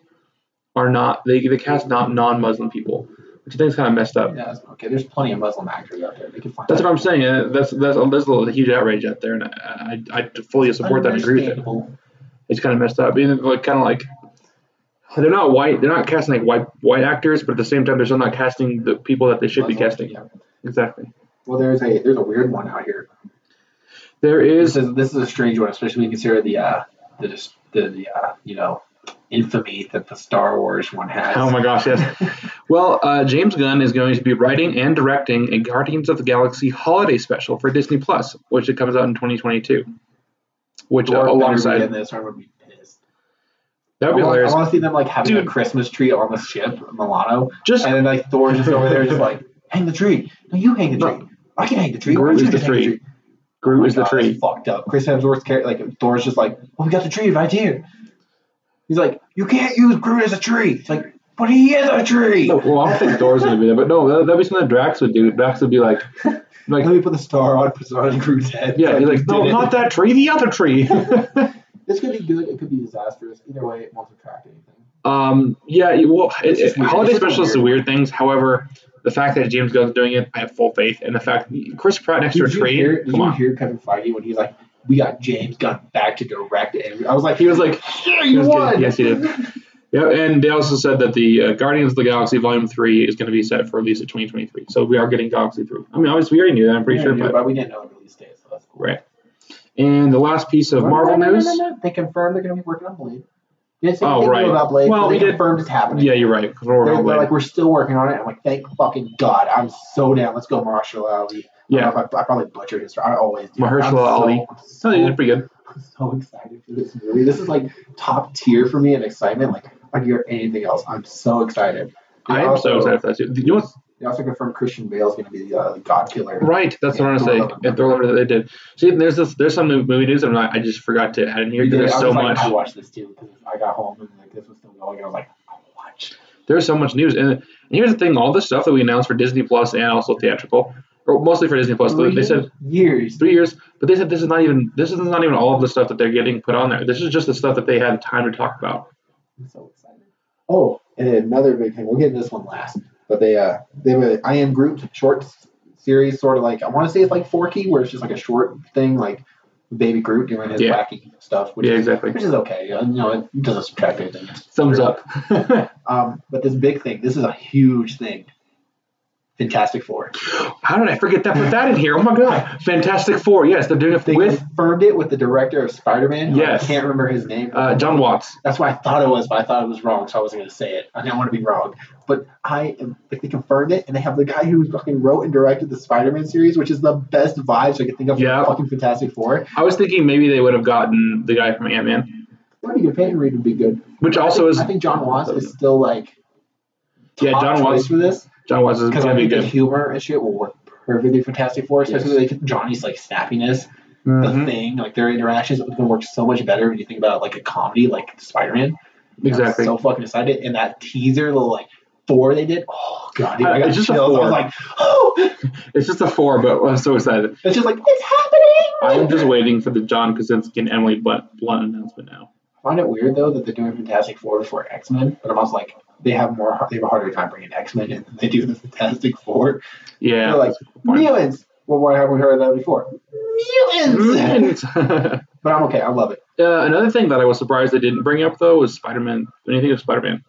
are not they they cast not non-Muslim people, which I think is kind of messed up.
Yeah, that's- okay, there's plenty of Muslim actors out there. They can find
That's what I'm saying. uh, That's that's that's a, a huge outrage out there, and I, I, I fully support that and agree with it.
Understandable.
It's kind of messed up. Even like kind of like they're not white. They're not casting like white white actors, but at the same time, they're still not casting the people that they should be
Muslim,
casting.
yeah.
Exactly.
Well, there's a there's a weird one out here.
There
This
is
is this is a strange one, especially when you consider the uh, the dis- the, the uh, you know infamy that the Star Wars one has.
Oh my gosh, yes. well, uh, James Gunn is going to be writing and directing a Guardians of the Galaxy holiday special for Disney Plus, which it comes out in 2022. Which uh,
Thor better be in
alongside
this, or I would be pissed.
that
I
would be
want,
hilarious.
I want to see them like having
Dude.
a Christmas tree on the ship, Milano,
Just
and then like Thor's just over there, just like hang the tree. No, you hang the
No.
tree. I can hang the tree. Why
Groot
don't you
is the
just hang
tree.
Oh
Groot
my
is the
God, that's
tree.
Fucked up. Chris Hemsworth's character, like Thor's just like, well, we got the tree right here. He's like, you can't use Groot as a tree. It's like, but he is a tree.
No, well, I don't think Thor's going to be there, but no, that, that'd be something Drax would do. Drax would be like, like,
Let me put the star on, put it on Groot's head.
yeah, he's
you
like,
did
no,
it."
not that tree, the other tree.
This could be good. It could be disastrous. Either way, it won't subtract anything.
Um, yeah, you- well, it,
It's just
it-
weird.
holiday
It's just
specials are
weird.
weird things. However, the fact that James Gunn's doing it, I have full faith. And the fact Chris Pratt next to a
Did you
tree,
hear? Did
come
you
on.
hear Kevin Feige when he's like, "We got James Gunn back to direct," and I was like,
He was like,
"Yeah,
He
you
was good.
won."
Yes, he did. yeah, and they also said that the uh, Guardians of the Galaxy Volume 3 is going to be set for release in 2023. So we are getting Galaxy 3. I mean, obviously, we already knew that, I'm pretty
Yeah,
sure.
yeah,
But,
we didn't know the release date, so that's cool.
Right. and the last piece of
No,
Marvel
no, no, no,
news.
no, no. They confirmed they're going to be working on Blade. They didn't say
Oh,
anything new
right.
about Blade.
Well,
but
we
they
did-
confirmed it's happening.
Yeah, you're right. 'cause we're
They're,
all
they're
late.
like, we're still working on it. I'm like, thank fucking god. I'm so down. Let's go, Marshall Ali. I,
yeah,
don't know if I, I probably butchered his. I always do.
Mahershala
I'm so-
Ali. no,
I'm
they're
so,
pretty good.
so excited for this movie. This is like top tier for me in excitement. Like, like you're anything else. I'm so excited. They
I am so
also-
excited for that too. You know what's
They also confirmed Christian Bale's going to be the uh, God Killer.
right? That's what I'm gonna
Yeah, Thor
say.
Love.
And Thor Love that they did. See, there's this, there's some new movie news. I'm not. I just forgot to add in here.
You
'cause
did it.
There's
I
so
was like,
much.
I watched this too because I got home and like this was still going. And I was like, I will watch.
there's so much news. And, and here's the thing: all the stuff that we announced for Disney Plus and also theatrical, or mostly for Disney Plus, they said
years.
three years. But they said this is not even this is not even all of the stuff that they're getting put on there. This is just the stuff that they had time to talk about.
I'm so excited. Oh, and then another big thing. We'll get into this one last. But they uh they have a I am Groot short s- series, sort of like I want to say it's like Forky, where it's just like a short thing, like Baby Groot doing his
Yeah.
wacky stuff, which
yeah,
is
exactly.
which is okay. You know, it doesn't subtract anything. It's
Thumbs
true.
up.
Um, but this big thing, this is a huge thing. Fantastic Four.
How did I forget that? Put that in here. Oh my god! Fantastic Four. Yes, they're doing it
They
with
confirmed it with the director of Spider Man.
Yes.
I can't remember his name.
uh, John Watts.
That's what I thought it was, but I thought it was wrong, so I wasn't gonna say it. I didn't want to be wrong. But I am like they confirmed it, and they have the guy who fucking wrote and directed the Spider-Man series, which is the best vibes I could think of. for
Yeah.
fucking Fantastic Four.
I was thinking maybe they would have gotten the guy from Ant Man,
That'd be good. Peyton Reed would be good.
which also
I
is
think, I think John Watts is still like
Yeah,
top
John
choice
Watts-
for this
John Watts is
because
gonna
I
be
think the
good.
humor and shit will work perfectly for Fantastic Four, especially
Yes.
like Johnny's like snappiness, the
Mhm.
thing, like their interactions can work so much better when you think about like a comedy like Spider-Man.
Exactly.
I'm so fucking excited. And that teaser, the like four they did. Oh god, dude,
Uh,
I got
it's just a
chills. I
four.
was like, oh,
It's just a four, but I'm so excited.
it's just like it's happening.
I'm just waiting for the John Krasinski and Emily Blunt, Blunt announcement now.
I find it weird though that they're doing Fantastic Four before X Men, but I'm also like, they have more, they have a harder time bringing X Men in than they do the Fantastic Four.
Yeah.
They're like
that's a good point.
mutants. Well, why haven't we heard that before?
Mm-hmm.
Mutants.
Mutants.
but I'm okay. I love it.
Uh, another thing that I was surprised they didn't bring up though was Spider Man. Anything of Spider Man?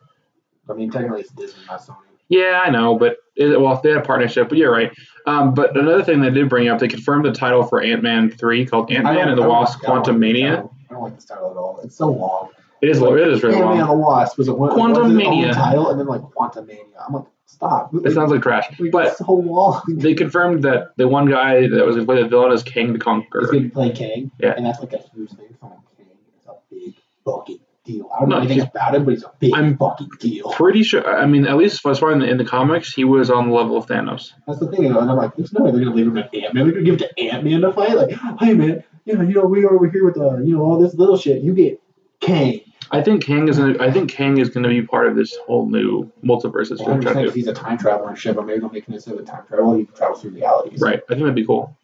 I mean, technically it's Disney, not Sony.
Yeah, I know, but it, well, they had a partnership, but you're right. Um, but another thing they did bring up, they confirmed the title for Ant Man three called Ant
I don't-
Man
I
and the
don't
Wasp:
like- I don't like
Quantum
this
Mania.
title. I don't like this title at all. It's so long.
It is it is really
Ant-Man and
long.
the Wasp was a one
Quantum
was its own
Mania.
title, and then like Quantum Mania. I'm like, stop.
It sounds like trash,
We
but
so long.
they confirmed that the one guy that was going to play the villain is King the
He's
Conqueror.
gonna play Kang,
Yeah.
and that's like a huge thing. So like, Kang is a big fucking deal. I don't know
No,
anything
he's-
about him, but he's a big
I'm-
fucking deal.
Pretty sure. I mean, at least as far in the, in the comics, he was on the level of Thanos.
That's the thing, though, and I'm like, there's no way they're gonna leave him at Ant Man. They're gonna give it to Ant Man to fight. Like, hey man, you know, you know, we over here with uh, you know, all this little shit. You get Kang.
I think Kang is. Gonna, I think Kang is going to be part of this whole new multiverse. that's what
100
I'm trying to
percent
do.
if he's a time traveler and shit, but maybe they'll make him instead of a time traveler, he travels through realities.
Right. I think that'd be cool.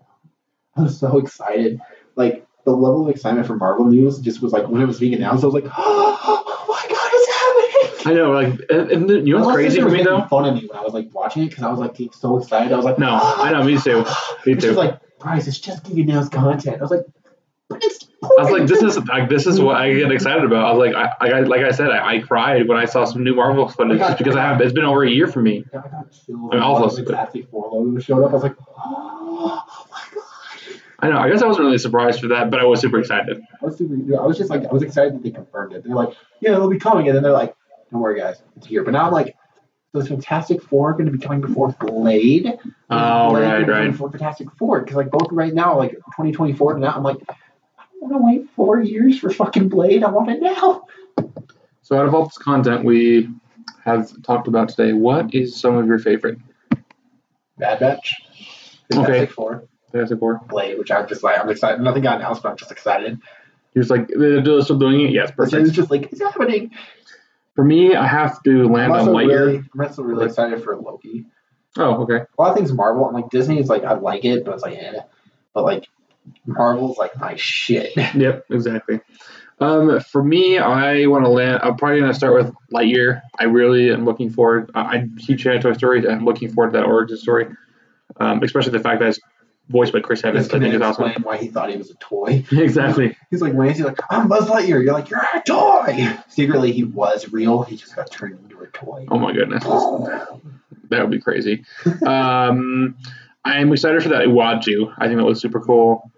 I'm so excited. Like the level of excitement for Marvel news just was like when it was being announced, I was like, oh my god, it's happening!
I know. Like, and, and you know what's
My
crazy
sister
for
was
me
making
though?
Fun of me when I was like watching it because I was like getting so excited. I was like,
No, I know. Me too. Me
She's
too.
like, Bryce, it's just getting announced content. I was like, but it's.
I was like, this is like this is what I get excited about. I was like, I, I like I said, I, I cried when I saw some new Marvel footage just because I have. It's been over a year for me.
I got chills.
I mean, all of us did.
Fantastic Four logo showed up. I was like, oh my god.
I know. I guess I wasn't really surprised for that, but I was super excited.
I was super. I was just like, I was excited that they confirmed it. They're like, yeah, it'll be coming, and then they're like, don't worry, guys, it's here. But now I'm like, so is Fantastic Four going to be coming before Blade? Is
Oh,
Blade
right,
gonna be
right.
Before Fantastic Four, because like both right now, like 2024 and now, I'm like, I don't want to wait four years for fucking Blade. I want it now.
So, out of all this content we have talked about today, what is some of your favorite
Bad Batch. Fantastic
Okay.
Four,
Fantastic Four?
Blade, which I'm just like, I'm excited. Nothing got announced, but I'm just excited.
You're just like they're they're still doing it. Yes,
It's
perfect.
just like it's happening.
For me, I have to land
I'm
on
also
Lightyear.
really, I'm also really excited for Loki.
Oh, okay.
a lot of things Marvel. I'm like Disney is like I like it, but it's like, eh. but like Marvel's like my shit.
Yep, exactly. Um, for me, I want to land. I'm probably going to start with Lightyear. I really am looking forward. I, I'm a huge fan of Toy Story. and I'm looking forward to that origin story, um, especially the fact that it's voiced by Chris
This
Evans. I
can
think it's
explain
awesome.
why he thought he was a toy.
exactly.
He's like, Lance, he's like, I'm Buzz Lightyear. You're like, you're a toy. Secretly, he was real. He just got turned into a toy.
Oh my goodness, that would be crazy. um, I'm excited for that Iwaju. I think that was super cool.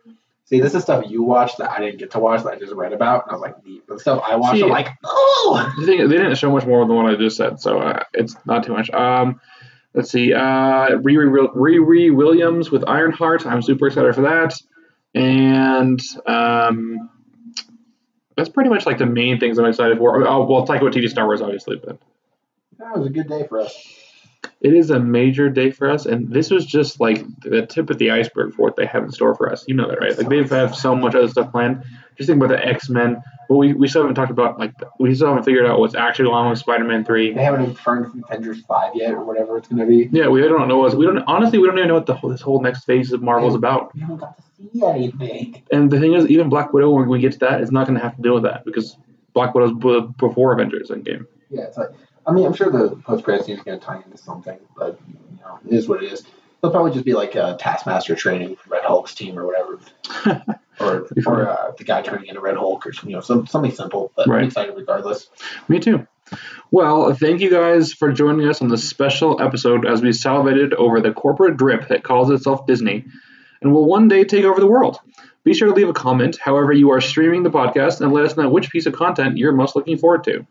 See, this is stuff you watched that I didn't get to watch that I just read about, and I was like, neat. But the stuff I watched,
See-
I'm like, oh,
The thing, they didn't show much more than what I just said, so uh, it's not too much. Um, let's see. Uh, Riri, Wil- Riri Williams with Ironheart. I'm super excited for that. And um, that's pretty much like the main things I'm excited for. Oh, well, Taika Waititi Star Wars, obviously, but
that was a good day for us.
it is a major day for us. And this was just like the tip of the iceberg for what they have in store for us. You know that, right? Like they have so much other stuff planned. Just think about the X Men. Well, we, we still haven't talked about like we still haven't figured out what's actually going on with Spider-Man three.
They haven't confirmed Avengers 5 yet or whatever it's going to be.
Yeah, we don't know. What, we don't honestly. We don't even know what the whole, this whole next phase of Marvel's about.
We haven't got to see anything.
And the thing is, even Black Widow, when we get to that, is not going to have to deal with that because Black Widow's b- before Avengers Endgame.
Yeah, it's like, I mean, I'm sure the post credits scene is going to tie into something, but, you know, it is what it is. They'll probably just be like uh, Taskmaster training Red Hulk's team or whatever. or
Be fun.
or uh, the guy turning into Red Hulk or, you know, some, something simple, but
Right.
I'm excited regardless.
Me too. Well, thank you guys for joining us on this special episode as we salivated over the corporate drip that calls itself Disney and will one day take over the world. Be sure to leave a comment however you are streaming the podcast and let us know which piece of content you're most looking forward to.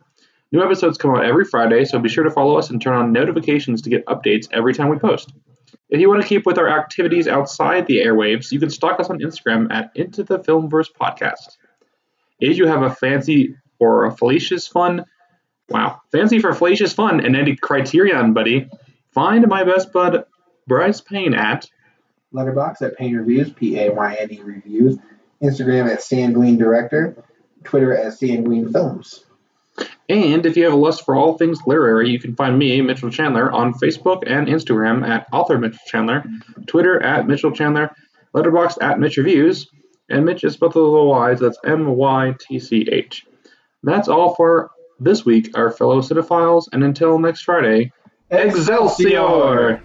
New episodes come out every Friday, so be sure to follow us and turn on notifications to get updates every time we post. If you want to keep with our activities outside the airwaves, you can stalk us on Instagram at Into the Filmverse Podcast. If you have a fancy or a fallacious fun, wow, fancy for fallacious fun and any criterion, buddy, find my best bud Bryce Payne at
Letterbox at Pain Reviews, P A Y N E Reviews. Instagram at Sanguine Director. Twitter at Sanguine Films.
And if you have a lust for all things literary, you can find me, Mitchell Chandler, on Facebook and Instagram at author Mitchell Chandler, Twitter at Mitchell Chandler, Letterboxd at Mitch Reviews, and Mitch is both of the Y's. That's M Y T C H. That's all for this week, our fellow cinephiles, and until next Friday, Excelsior!